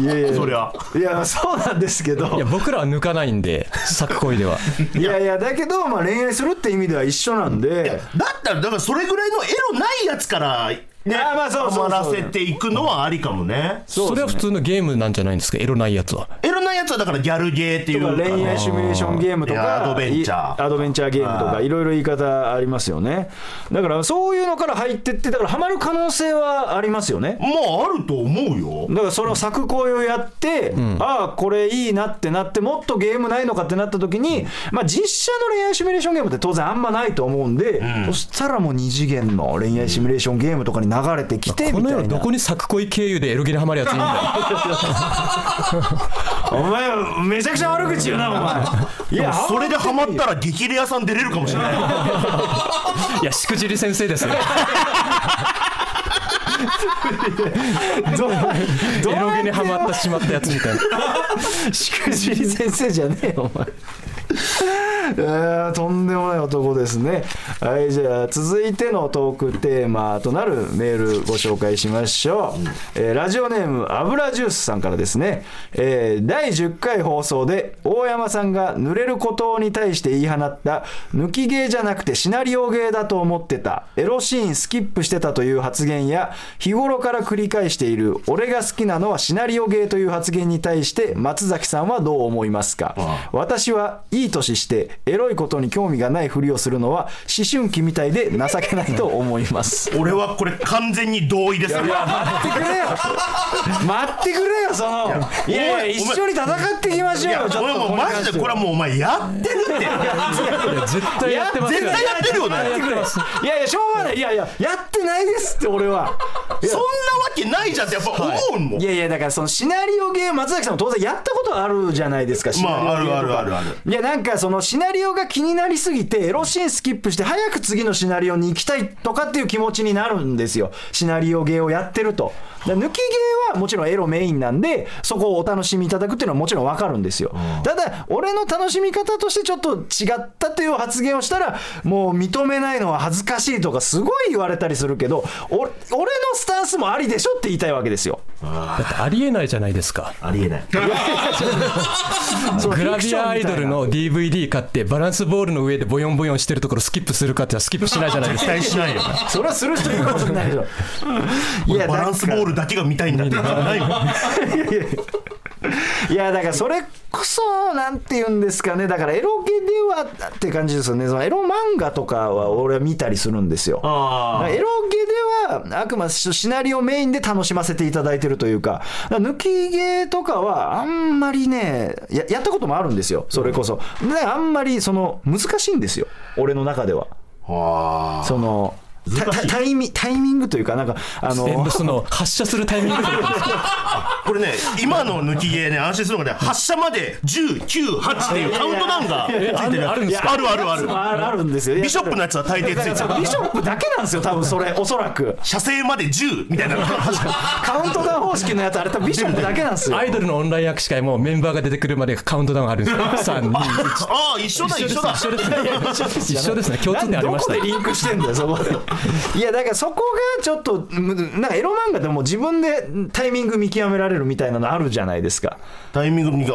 Speaker 2: いやいや
Speaker 4: そりゃ
Speaker 2: いや、そうなんですけど
Speaker 3: いや。僕らは抜かないんで作恋 ではい
Speaker 2: やいや、だけど、まあ恋愛するって意味では一緒なんで。
Speaker 4: だったらだからそれぐらいのエロないやつからね
Speaker 2: あーまあそうそうそう
Speaker 4: 余らせていくのはありかもね
Speaker 3: それは普通のゲームなんじゃないんですかエロないやつは
Speaker 4: エロないやつはだからギャルゲーっていうかね
Speaker 2: 恋愛シミュレーションゲームと
Speaker 4: いや
Speaker 2: か
Speaker 4: アドベンチャー
Speaker 2: いアドベンチャーゲームと
Speaker 4: あ
Speaker 2: か
Speaker 4: ー
Speaker 2: いろいろ言い方ありますよねだからそういうのから入ってってだからハマる可能性はありますよね
Speaker 4: まああると思うよ
Speaker 2: だからその作行為をやって、ああこれいいなってなってもっとゲームないのかってなった時に、まあ実写の恋愛シミュレーションゲームって当然あんまないと思うんで、そしたらもう二次元の恋愛シミュレーションゲームとかに流れてきて
Speaker 3: こ
Speaker 2: み
Speaker 3: の
Speaker 2: た
Speaker 3: 世
Speaker 2: い
Speaker 3: の
Speaker 2: な
Speaker 3: どこに作恋経由でエロゲにハマるやつ いるんだ
Speaker 2: お前めちゃくちゃ悪口言うなお前いや
Speaker 4: それでハマったら激レアさん出れるかもしれない
Speaker 3: よいやしくじり先生ですよ
Speaker 2: どどう
Speaker 3: エ
Speaker 2: やって
Speaker 3: ロゲにハマってしまったやつみた いな
Speaker 2: しくじり先生じゃねえよお前えーとんでもない男ですねはいじゃあ続いてのトークテーマとなるメールご紹介しましょう、えーラジオネーム油ジュースさんからですね、えー第10回放送で大山さんが濡れることに対して言い放った抜きゲーじゃなくてシナリオゲーだと思ってたエロシーンスキップしてたという発言や日頃から繰り返している俺が好きなのはシナリオゲーという発言に対して松崎さんはどう思いますか私はいい年してエロいことに興味がないふりをするのは思春期みたいで情けないと思います
Speaker 4: 俺はこれ完全に同意ですね
Speaker 2: 待ってくれよ待ってくれよそのいやいや
Speaker 4: お前
Speaker 2: 一緒に戦っていきましょ
Speaker 4: いうや
Speaker 2: よちょっ
Speaker 4: 俺
Speaker 2: と
Speaker 4: もうマジでこれはもうお前やってるっ
Speaker 3: い
Speaker 4: て
Speaker 3: や絶対やってますよ
Speaker 4: 絶対やってるよね
Speaker 2: やってくれいやいやしょうがないいやいややってないですって俺は
Speaker 4: そんなわけないじゃんってやっぱ思うもん
Speaker 2: いやいやだからそのシナリオゲー松崎さんも当然やったことあるじゃないですかシナリオゲーとか
Speaker 4: まああるあるあるあ
Speaker 2: いやなんかそのシナリオが気になりすぎてエロシーンスキップして早く次のシナリオに行きたいとかっていう気持ちになるんですよシナリオゲーをやってるとだから抜きゲーはもちろんエロメインなんでそこをお楽しみいただくっていうのはもちろんわかるんですよただ俺の楽しみ方としてちょっと違ったという発言をしたらもう認めないのは恥ずかしいとかすごい言われたりするけどお俺のスタンスもありでしょって言いたいわけですよ
Speaker 3: だってありえないじゃないですか
Speaker 4: ありえない
Speaker 2: そう
Speaker 3: グラビアアイド
Speaker 2: フィクションみたい
Speaker 3: ル
Speaker 2: な
Speaker 3: の DVD 買ってバランスボールの上でボヨンボヨンしてるところスキップするかって言ったらスキップしないじゃないです
Speaker 4: 期
Speaker 3: か
Speaker 4: 待しないよ
Speaker 2: それはする人いるかもしれないでしょい
Speaker 4: バランスボー
Speaker 2: ル
Speaker 4: ルだけが見たいんだってないもん
Speaker 2: いやだからそれこそなんて言うんですかねだからエロゲではって感じですよねそのエロ漫画とかは俺は見たりするんですよ
Speaker 4: あー
Speaker 2: エロゲではあくまでシナリオメインで楽しませていただいてるというかだから抜き毛とかはあんまりねややったこともあるんですよそれこそ、ね、あんまりその難しいんですよ俺の中では
Speaker 4: あー
Speaker 2: そのた
Speaker 4: 難しい
Speaker 2: タイミタイミングというかなんかあの
Speaker 3: 全部その発射するタイミングで
Speaker 4: これね今の抜き毛ね安心するのがね発射まで198っていうカウントダウンがついてるやつ
Speaker 3: いやいやいやあるんですか
Speaker 4: あるあるあ
Speaker 2: あ
Speaker 4: る
Speaker 2: るあるんですよいや
Speaker 4: ビショップのやつは大抵ついて
Speaker 2: そ
Speaker 4: る
Speaker 2: うビショップだけなんですよ多分 それおそらく
Speaker 4: 射精まで10みたいな
Speaker 2: カウントダウン方式のやつあれ多分ビショップだけなんですよ
Speaker 3: アイドルのオンライン握手会もメンバーが出てくるまでカウントダウンあるんですよ3 2
Speaker 4: ああ一緒だ一緒だ
Speaker 3: 一緒ですね一緒ですね共通点ありました
Speaker 2: なんでどこでリンクしてんだよそこで いやだからそこがちょっとむなんかエロ漫画でも自分でタイミング見極められるみたいなのあるじゃないですか
Speaker 4: タイミングにあ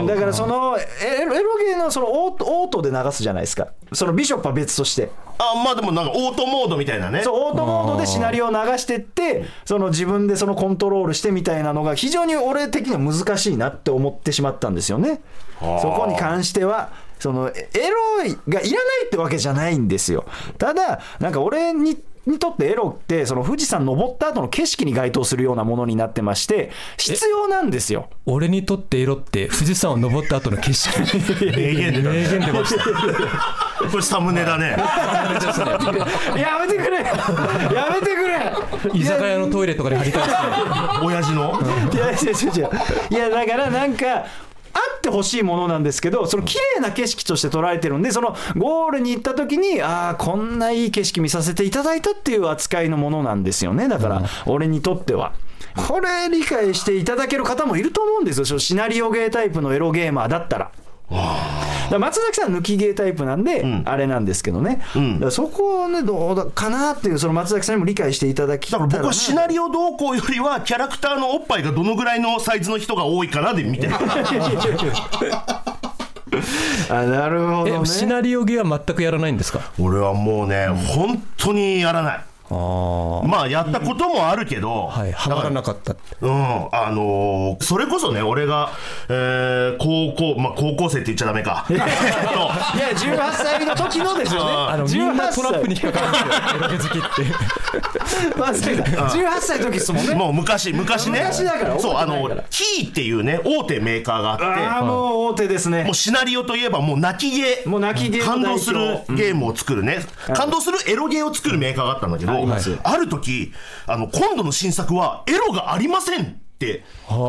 Speaker 4: あ
Speaker 2: だからそのエロエロゲーのそのオートオートで流すじゃないですかそのビショップは別として
Speaker 4: あまあでもなんかオートモードみたいなね
Speaker 2: そうオートモードでシナリオを流してってその自分でそのコントロールしてみたいなのが非常に俺的には難しいなって思ってしまったんですよねそこに関してはそのエロいがいらないってわけじゃないんですよただなんか俺ににとってエロってその富士山登った後の景色に該当するようなものになってまして必要なんですよ
Speaker 3: 俺にとってエロって富士山を登った後の景色
Speaker 4: 名言出た
Speaker 3: 名言出ました
Speaker 4: これサムネだね
Speaker 2: やめてくれ やめてくれ
Speaker 3: 居酒屋のトイレとかに張り替
Speaker 4: 親父の
Speaker 2: いやいやいやいやいやだからなんかあってほしいものなんですけどその綺麗な景色として捉えてるんでそのゴールに行った時にああこんないい景色見させていただいたっていう扱いのものなんですよねだから俺にとっては。これ理解していただける方もいると思うんですよ、シナリオゲータイプのエロゲーマーだったら。だから松崎さん抜きゲータイプなんで、あれなんですけどね、だからそこをね、どうだかなっていう、その松崎さんにも理解していただきた
Speaker 4: だ
Speaker 2: い
Speaker 4: から僕は
Speaker 2: な
Speaker 4: シナリオ動向よりはキャラクターのおっぱいがどのぐらいのサイズの人が多いかなで見てる
Speaker 2: あなるほ
Speaker 3: え
Speaker 2: どね。
Speaker 3: シナリオゲーは全くやらないんですか
Speaker 4: 俺はもうね本当にやらない
Speaker 3: ああ
Speaker 4: まあやったこともあるけど、
Speaker 3: はいは
Speaker 4: だ
Speaker 3: ま
Speaker 4: から
Speaker 3: なかったって
Speaker 4: うん、あのーそれこそね、俺が、えー高校、まあ、高校生って言っちゃダ メか。えっと
Speaker 2: いや、18歳の時のですよね。
Speaker 4: あ
Speaker 3: あのみんなトラップに
Speaker 2: 18
Speaker 3: 引っかかるんですよエロゲ 好きって
Speaker 2: 歳。まあそうだ18歳の時ですもんね。
Speaker 4: もう昔、昔ね。
Speaker 2: 昔だから
Speaker 4: そう、あ
Speaker 2: 覚えてない
Speaker 4: の
Speaker 2: から、
Speaker 4: キーっていうね、大手メーカーが
Speaker 2: あ
Speaker 4: あっ
Speaker 2: あ、もう大手です
Speaker 4: て、
Speaker 2: ね
Speaker 4: もう。シナリオといえばもう泣きゲー。
Speaker 2: もう泣きゲーの
Speaker 4: 感
Speaker 2: 代
Speaker 4: 動
Speaker 2: 表
Speaker 4: するゲームを作るね、感動するエロゲーを作るメーカーがあったんだけど、
Speaker 2: ります
Speaker 4: ある時、あの、今度の新作はエロがありませんって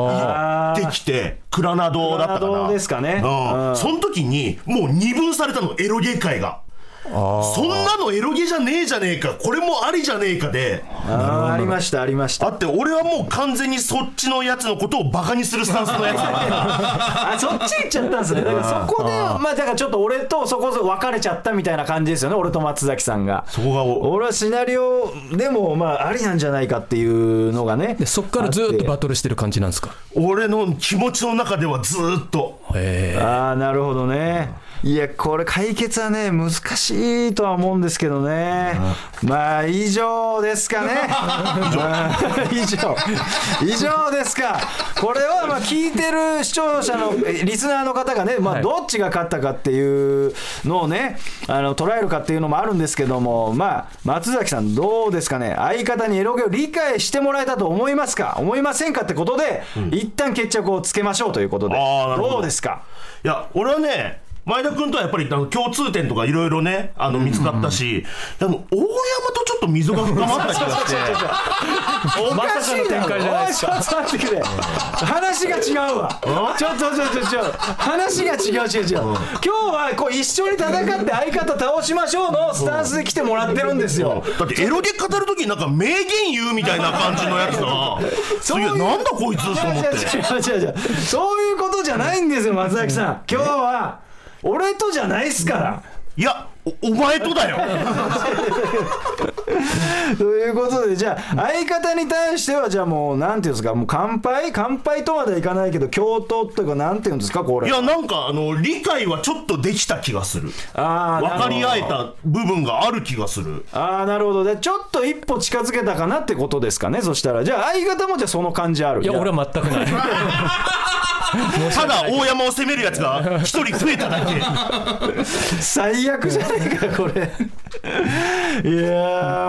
Speaker 2: あ
Speaker 4: できてクラナドだったか
Speaker 2: クラナ
Speaker 4: な
Speaker 2: ドですかね
Speaker 4: うん
Speaker 2: うん
Speaker 4: その時にもう二分されたのエロゲ界がそんなのエロゲじゃねえじゃねえかこれもありじゃねえかで
Speaker 2: あーありました、ありまし
Speaker 4: あ
Speaker 2: た。
Speaker 4: って俺はもう完全にそっちのやつのことをバカにするスタンスのやつ
Speaker 2: あそっち行っちゃったんですね。だからそこで、まあだからちょっと俺とそこそこ別れちゃったみたいな感じですよね、俺と松崎さんが。
Speaker 4: そこがお
Speaker 2: 俺はシナリオでもまあありなんじゃないかっていうのがね。
Speaker 3: でそっからずっとバトルしてる感じなんですか
Speaker 4: 俺の気持ちの中ではずーっと
Speaker 3: ええ
Speaker 2: ああなるほどねいやこれ解決はね難しいとは思うんですけどねまあ以上ですか ねまあ 以上以上ですかこれはまあ聞いてる視聴者のえリスナーの方がね、ま
Speaker 3: は
Speaker 2: あ、
Speaker 3: い
Speaker 2: どっちが勝ったかっていうのをねあの捉えるかっていうのもあるんですけどもまあ松崎さんどうですかね相方にエロゲを理解してもらえたと思いますか思いませんかってことで、一旦決着をつけましょうということで
Speaker 4: あーなるほど
Speaker 2: どうですか
Speaker 4: いや、俺はね、前田君とはやっぱりあの共通点とかいろいろね、あの見つかったし、でも大山とちょっと溝が深まった気がして、
Speaker 2: おかしいだろ
Speaker 3: まさかの展開じゃないです
Speaker 2: おいちょっと待ってくれ話が違うわちょっとちょっとちょっと話が違う違う違う今日はこう一緒に戦って相方倒しましょうのスタンスで来てもらってるんですよ
Speaker 4: だってエロで語るときになんか名言言うみたいな感じのやつが、す
Speaker 2: そう
Speaker 4: げ
Speaker 2: い
Speaker 4: え、
Speaker 2: う
Speaker 4: なんだこいつと思って。
Speaker 2: 違う違う違う違う違うそういうことじゃないんですよ松崎さん今日は俺とじゃないっすから
Speaker 4: いや、おお前とだよ。
Speaker 2: ということでじゃあ相方に対してはじゃあもうなんていうんですかもう乾杯乾杯とまではいかないけど共闘というかなんていうんですかこれ
Speaker 4: いや、なんかあの、理解はちょっとできた気がする。
Speaker 2: あー
Speaker 4: 分かり合えた部分がある気がする。
Speaker 2: ああなるほどでちょっと一歩近づけたか なってことですかねそしたらじゃあ相方もじゃあその感じある
Speaker 3: いや俺は全くない
Speaker 4: ただ大山を責めるやつが一人増えただけ
Speaker 2: 最悪じゃないかこれ いや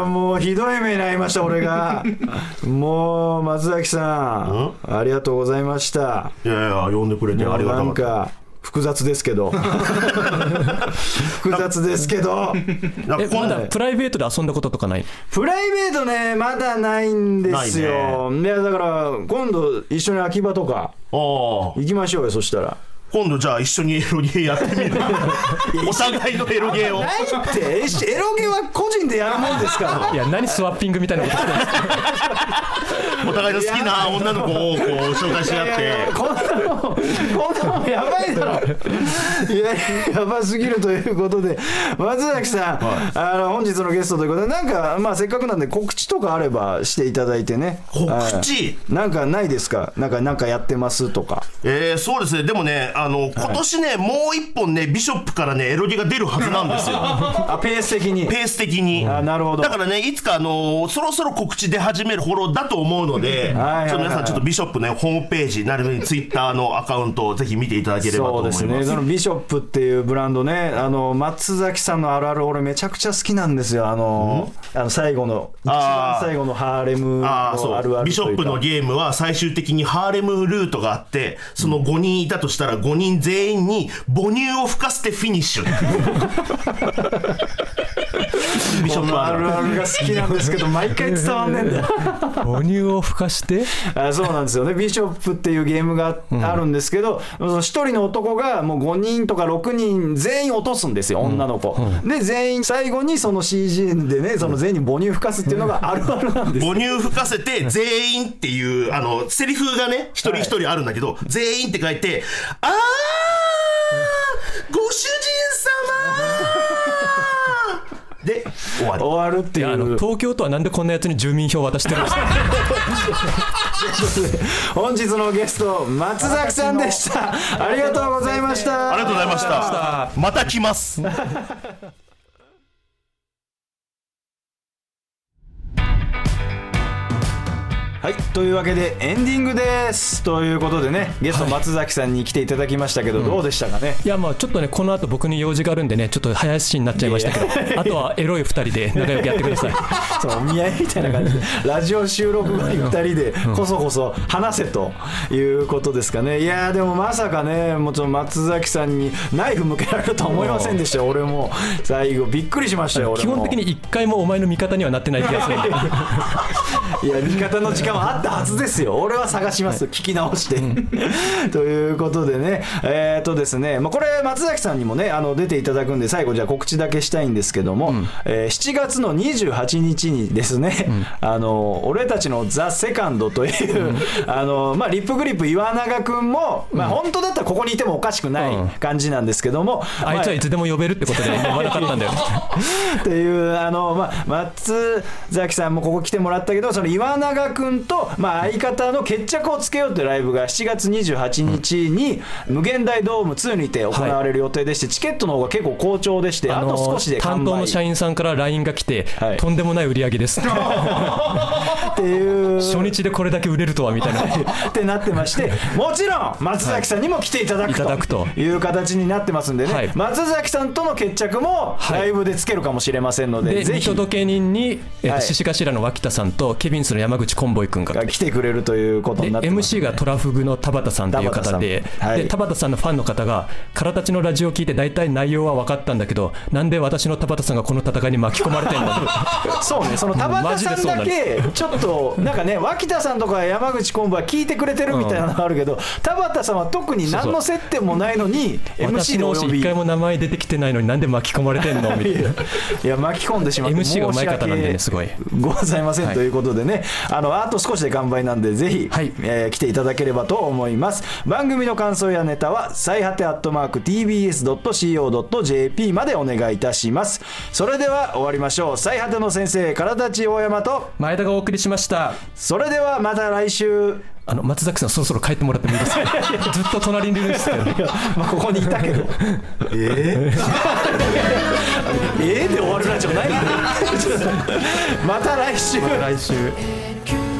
Speaker 2: ーもうひどい目に遭いました俺 がもう松崎さんありがとうございました
Speaker 4: いやいや呼んでくれてありが
Speaker 2: な
Speaker 4: たか
Speaker 2: ん
Speaker 4: った
Speaker 2: か複雑です けど複雑ですけど
Speaker 4: な
Speaker 3: えま
Speaker 4: んか今度
Speaker 3: だプライベートで遊んだこととかない
Speaker 2: プライベートねまだないんですよ、いやだから今度一緒に秋葉とか
Speaker 4: ああ
Speaker 2: 行きましょうよそしたら
Speaker 4: 今度じゃあ一緒にエロゲーやってみるお互いのエロゲーを
Speaker 2: ないってエエロゲは個人でやるもんですから
Speaker 3: いや何スワッピングみたいなことしてるんですか
Speaker 4: お互いの好きな女の子をこう紹介し合っ
Speaker 2: いやいや
Speaker 4: て
Speaker 2: こんなのこんなのやばいだろいややばすぎるということで松崎さん、あの本日のゲストということでなんか、まあ、せっかくなんで告知とかあればしていただいてね
Speaker 4: 告
Speaker 2: はい
Speaker 4: 知
Speaker 2: なんかないですかなんかなんかやってますとか
Speaker 4: えー、そうですねでもねあの今年ね、もう一本ねビショップからねエロゲが出るはずなんですよ
Speaker 2: あペース的に
Speaker 4: ペース的に
Speaker 2: あなるほど
Speaker 4: だからねいつかあのそろそろ告知出始める頃だと思うので
Speaker 2: はいはいはい
Speaker 4: ちょっと皆さんちょっとビショップねホームページなるべくツイッターのアカウントをぜひ見ていただければと
Speaker 2: そう
Speaker 4: 思い
Speaker 2: で
Speaker 4: ます
Speaker 2: すねそのビショップっていうブランドねあの松崎さんのあるある俺めちゃくちゃ好きなんですよあの,、あの最後の一番
Speaker 4: あー
Speaker 2: 最後のハーレムの
Speaker 4: あ
Speaker 2: あ
Speaker 4: あそう
Speaker 2: るあるというか
Speaker 4: ビショップのゲームは最終的にハーレムルートがあってその5人いたとしたら5人全員に母乳を吹かせてフィニ ッシュビショップ
Speaker 2: あ
Speaker 4: ある
Speaker 2: る
Speaker 4: あ
Speaker 2: あ
Speaker 4: る
Speaker 2: るが好きなんですけど毎回伝わんねえんだよ
Speaker 3: 母乳をふかして
Speaker 2: あそうなんですよねビショップっていうゲームがあるんですけど、その1人の男がもう5人とか6人全員落とすんですよ女の子、で全員最後にその CG でねその全員に母乳吹かすっていうのがあるあるなん です、
Speaker 4: 母乳吹かせて全員っていうあのセリフがね一人一人あるんだけど、全員って書いてあーご主人様で終わり
Speaker 2: 終わるって
Speaker 3: い
Speaker 2: い
Speaker 3: やあ
Speaker 2: う
Speaker 3: の東京都はなんでこんなやつに住民票渡してるんですか
Speaker 2: 本日のゲスト松崎さんでしたありがとうございました
Speaker 4: ありがとうございましたまた来ます
Speaker 2: はい、というわけでエンディングですということでねゲスト松崎さんに来ていただきましたけど、どうでしたかね、
Speaker 3: いやまあちょっとねこの後僕に用事があるんでねちょっと早足になっちゃいましたけどあとはエロい2人で仲良くやってください
Speaker 2: そのお見合いみたいな感じで、ラジオ収録後に2人で、こそこそ話せということですかね、いやー、でもまさかね、もちろん松崎さんにナイフ向けられるとは思いませんでしたよ、俺も、最後、びっくりしましたよ、 俺
Speaker 3: 基
Speaker 2: も。
Speaker 3: 本的に1回もお前の味方にはなってない気がする んで
Speaker 2: いや味方の時間はあったはずですよ俺は探します、聞き直して、 ということでねえっ、とですね、まあ、これ松崎さんにもねあの出ていただくんで最後じゃあ告知だけしたいんですけども、えー7月の28日にですね、あの俺たちの「ザ・セカンドという、 あのまあ、リップグリップ岩永君も、まあ、本当だったらここにいてもおかしくない感じなんですけども、
Speaker 3: あいつはいつでも呼べるってことで呼ばなかった んだよ
Speaker 2: っていうあの、まあ、松崎さんもここ来てもらったけどその岩永君と、まあ、相方の決着をつけようっていうライブが7月28日に無限大ドーム2にて行われる予定でして、チケットの方が結構好調でしてあと少しで
Speaker 3: 担
Speaker 2: 完
Speaker 3: 当
Speaker 2: 売
Speaker 3: の社員さんから LINE が来て、
Speaker 2: はい
Speaker 3: とんでもない売り上 げです
Speaker 2: っていう。
Speaker 3: 初日でこれだけ売れるとはみたいな
Speaker 2: ってなってましてもちろん松崎さんにも来ていただ
Speaker 3: はいいただ
Speaker 2: く
Speaker 3: く
Speaker 2: と
Speaker 3: と
Speaker 2: いう形になってますんでね、
Speaker 3: はい
Speaker 2: 松崎さんとの決着も
Speaker 3: はい
Speaker 2: ライブでつけるかもしれませんので、
Speaker 3: で
Speaker 2: ぜ
Speaker 3: 見
Speaker 2: ひ
Speaker 3: 届け人に、え
Speaker 2: はい
Speaker 3: 獅子頭の脇田さんとケビンスの山口コンボイ君が
Speaker 2: 来てくれるということ
Speaker 3: で
Speaker 2: になってます
Speaker 3: MC がトラフグの田畑さんという方で
Speaker 2: 田畑さんはい
Speaker 3: で田畑さんのファンの方が「からたちのラジオを聞いて大体内容は分かったんだけどなんで私の田畑さんがこの戦いに巻き込まれてん だ」
Speaker 2: そうね、その田
Speaker 3: マ
Speaker 2: 畑
Speaker 3: ジ
Speaker 2: さ
Speaker 3: で
Speaker 2: ん
Speaker 3: そう
Speaker 2: だ
Speaker 3: な
Speaker 2: け、ちょっと、なん かね、脇田さんとか山口昆布は聞いてくれてるみたいなのあるけど、田畑さんは特に何の接点もないのに、
Speaker 3: 私
Speaker 2: MC のお
Speaker 3: の推し
Speaker 2: 呼び。
Speaker 3: 一回も名前出てきてないのになんで巻き込まれてんのみたいな
Speaker 2: いや巻き込んでしまって
Speaker 3: MC がうまい方なんでね
Speaker 2: 申し
Speaker 3: すごい
Speaker 2: 訳ございません
Speaker 3: はい
Speaker 2: ということでね、あのあと少しで完売なんでぜひ、
Speaker 3: はい
Speaker 2: えー来ていただければと思います番組の感想やネタは最果てアットマーク TBS.CO.JP までお願いいたしますそれでは終わりましょう最果ての先生唐立大山と
Speaker 3: 前田がお送りしました
Speaker 2: それではまた来週
Speaker 3: あの松崎さんそろそろ帰ってもらってもいいですか ずっと隣にいるんですけど
Speaker 2: まあここにいたけどええええで終わるなじゃないまた来週
Speaker 3: 来週
Speaker 1: 「君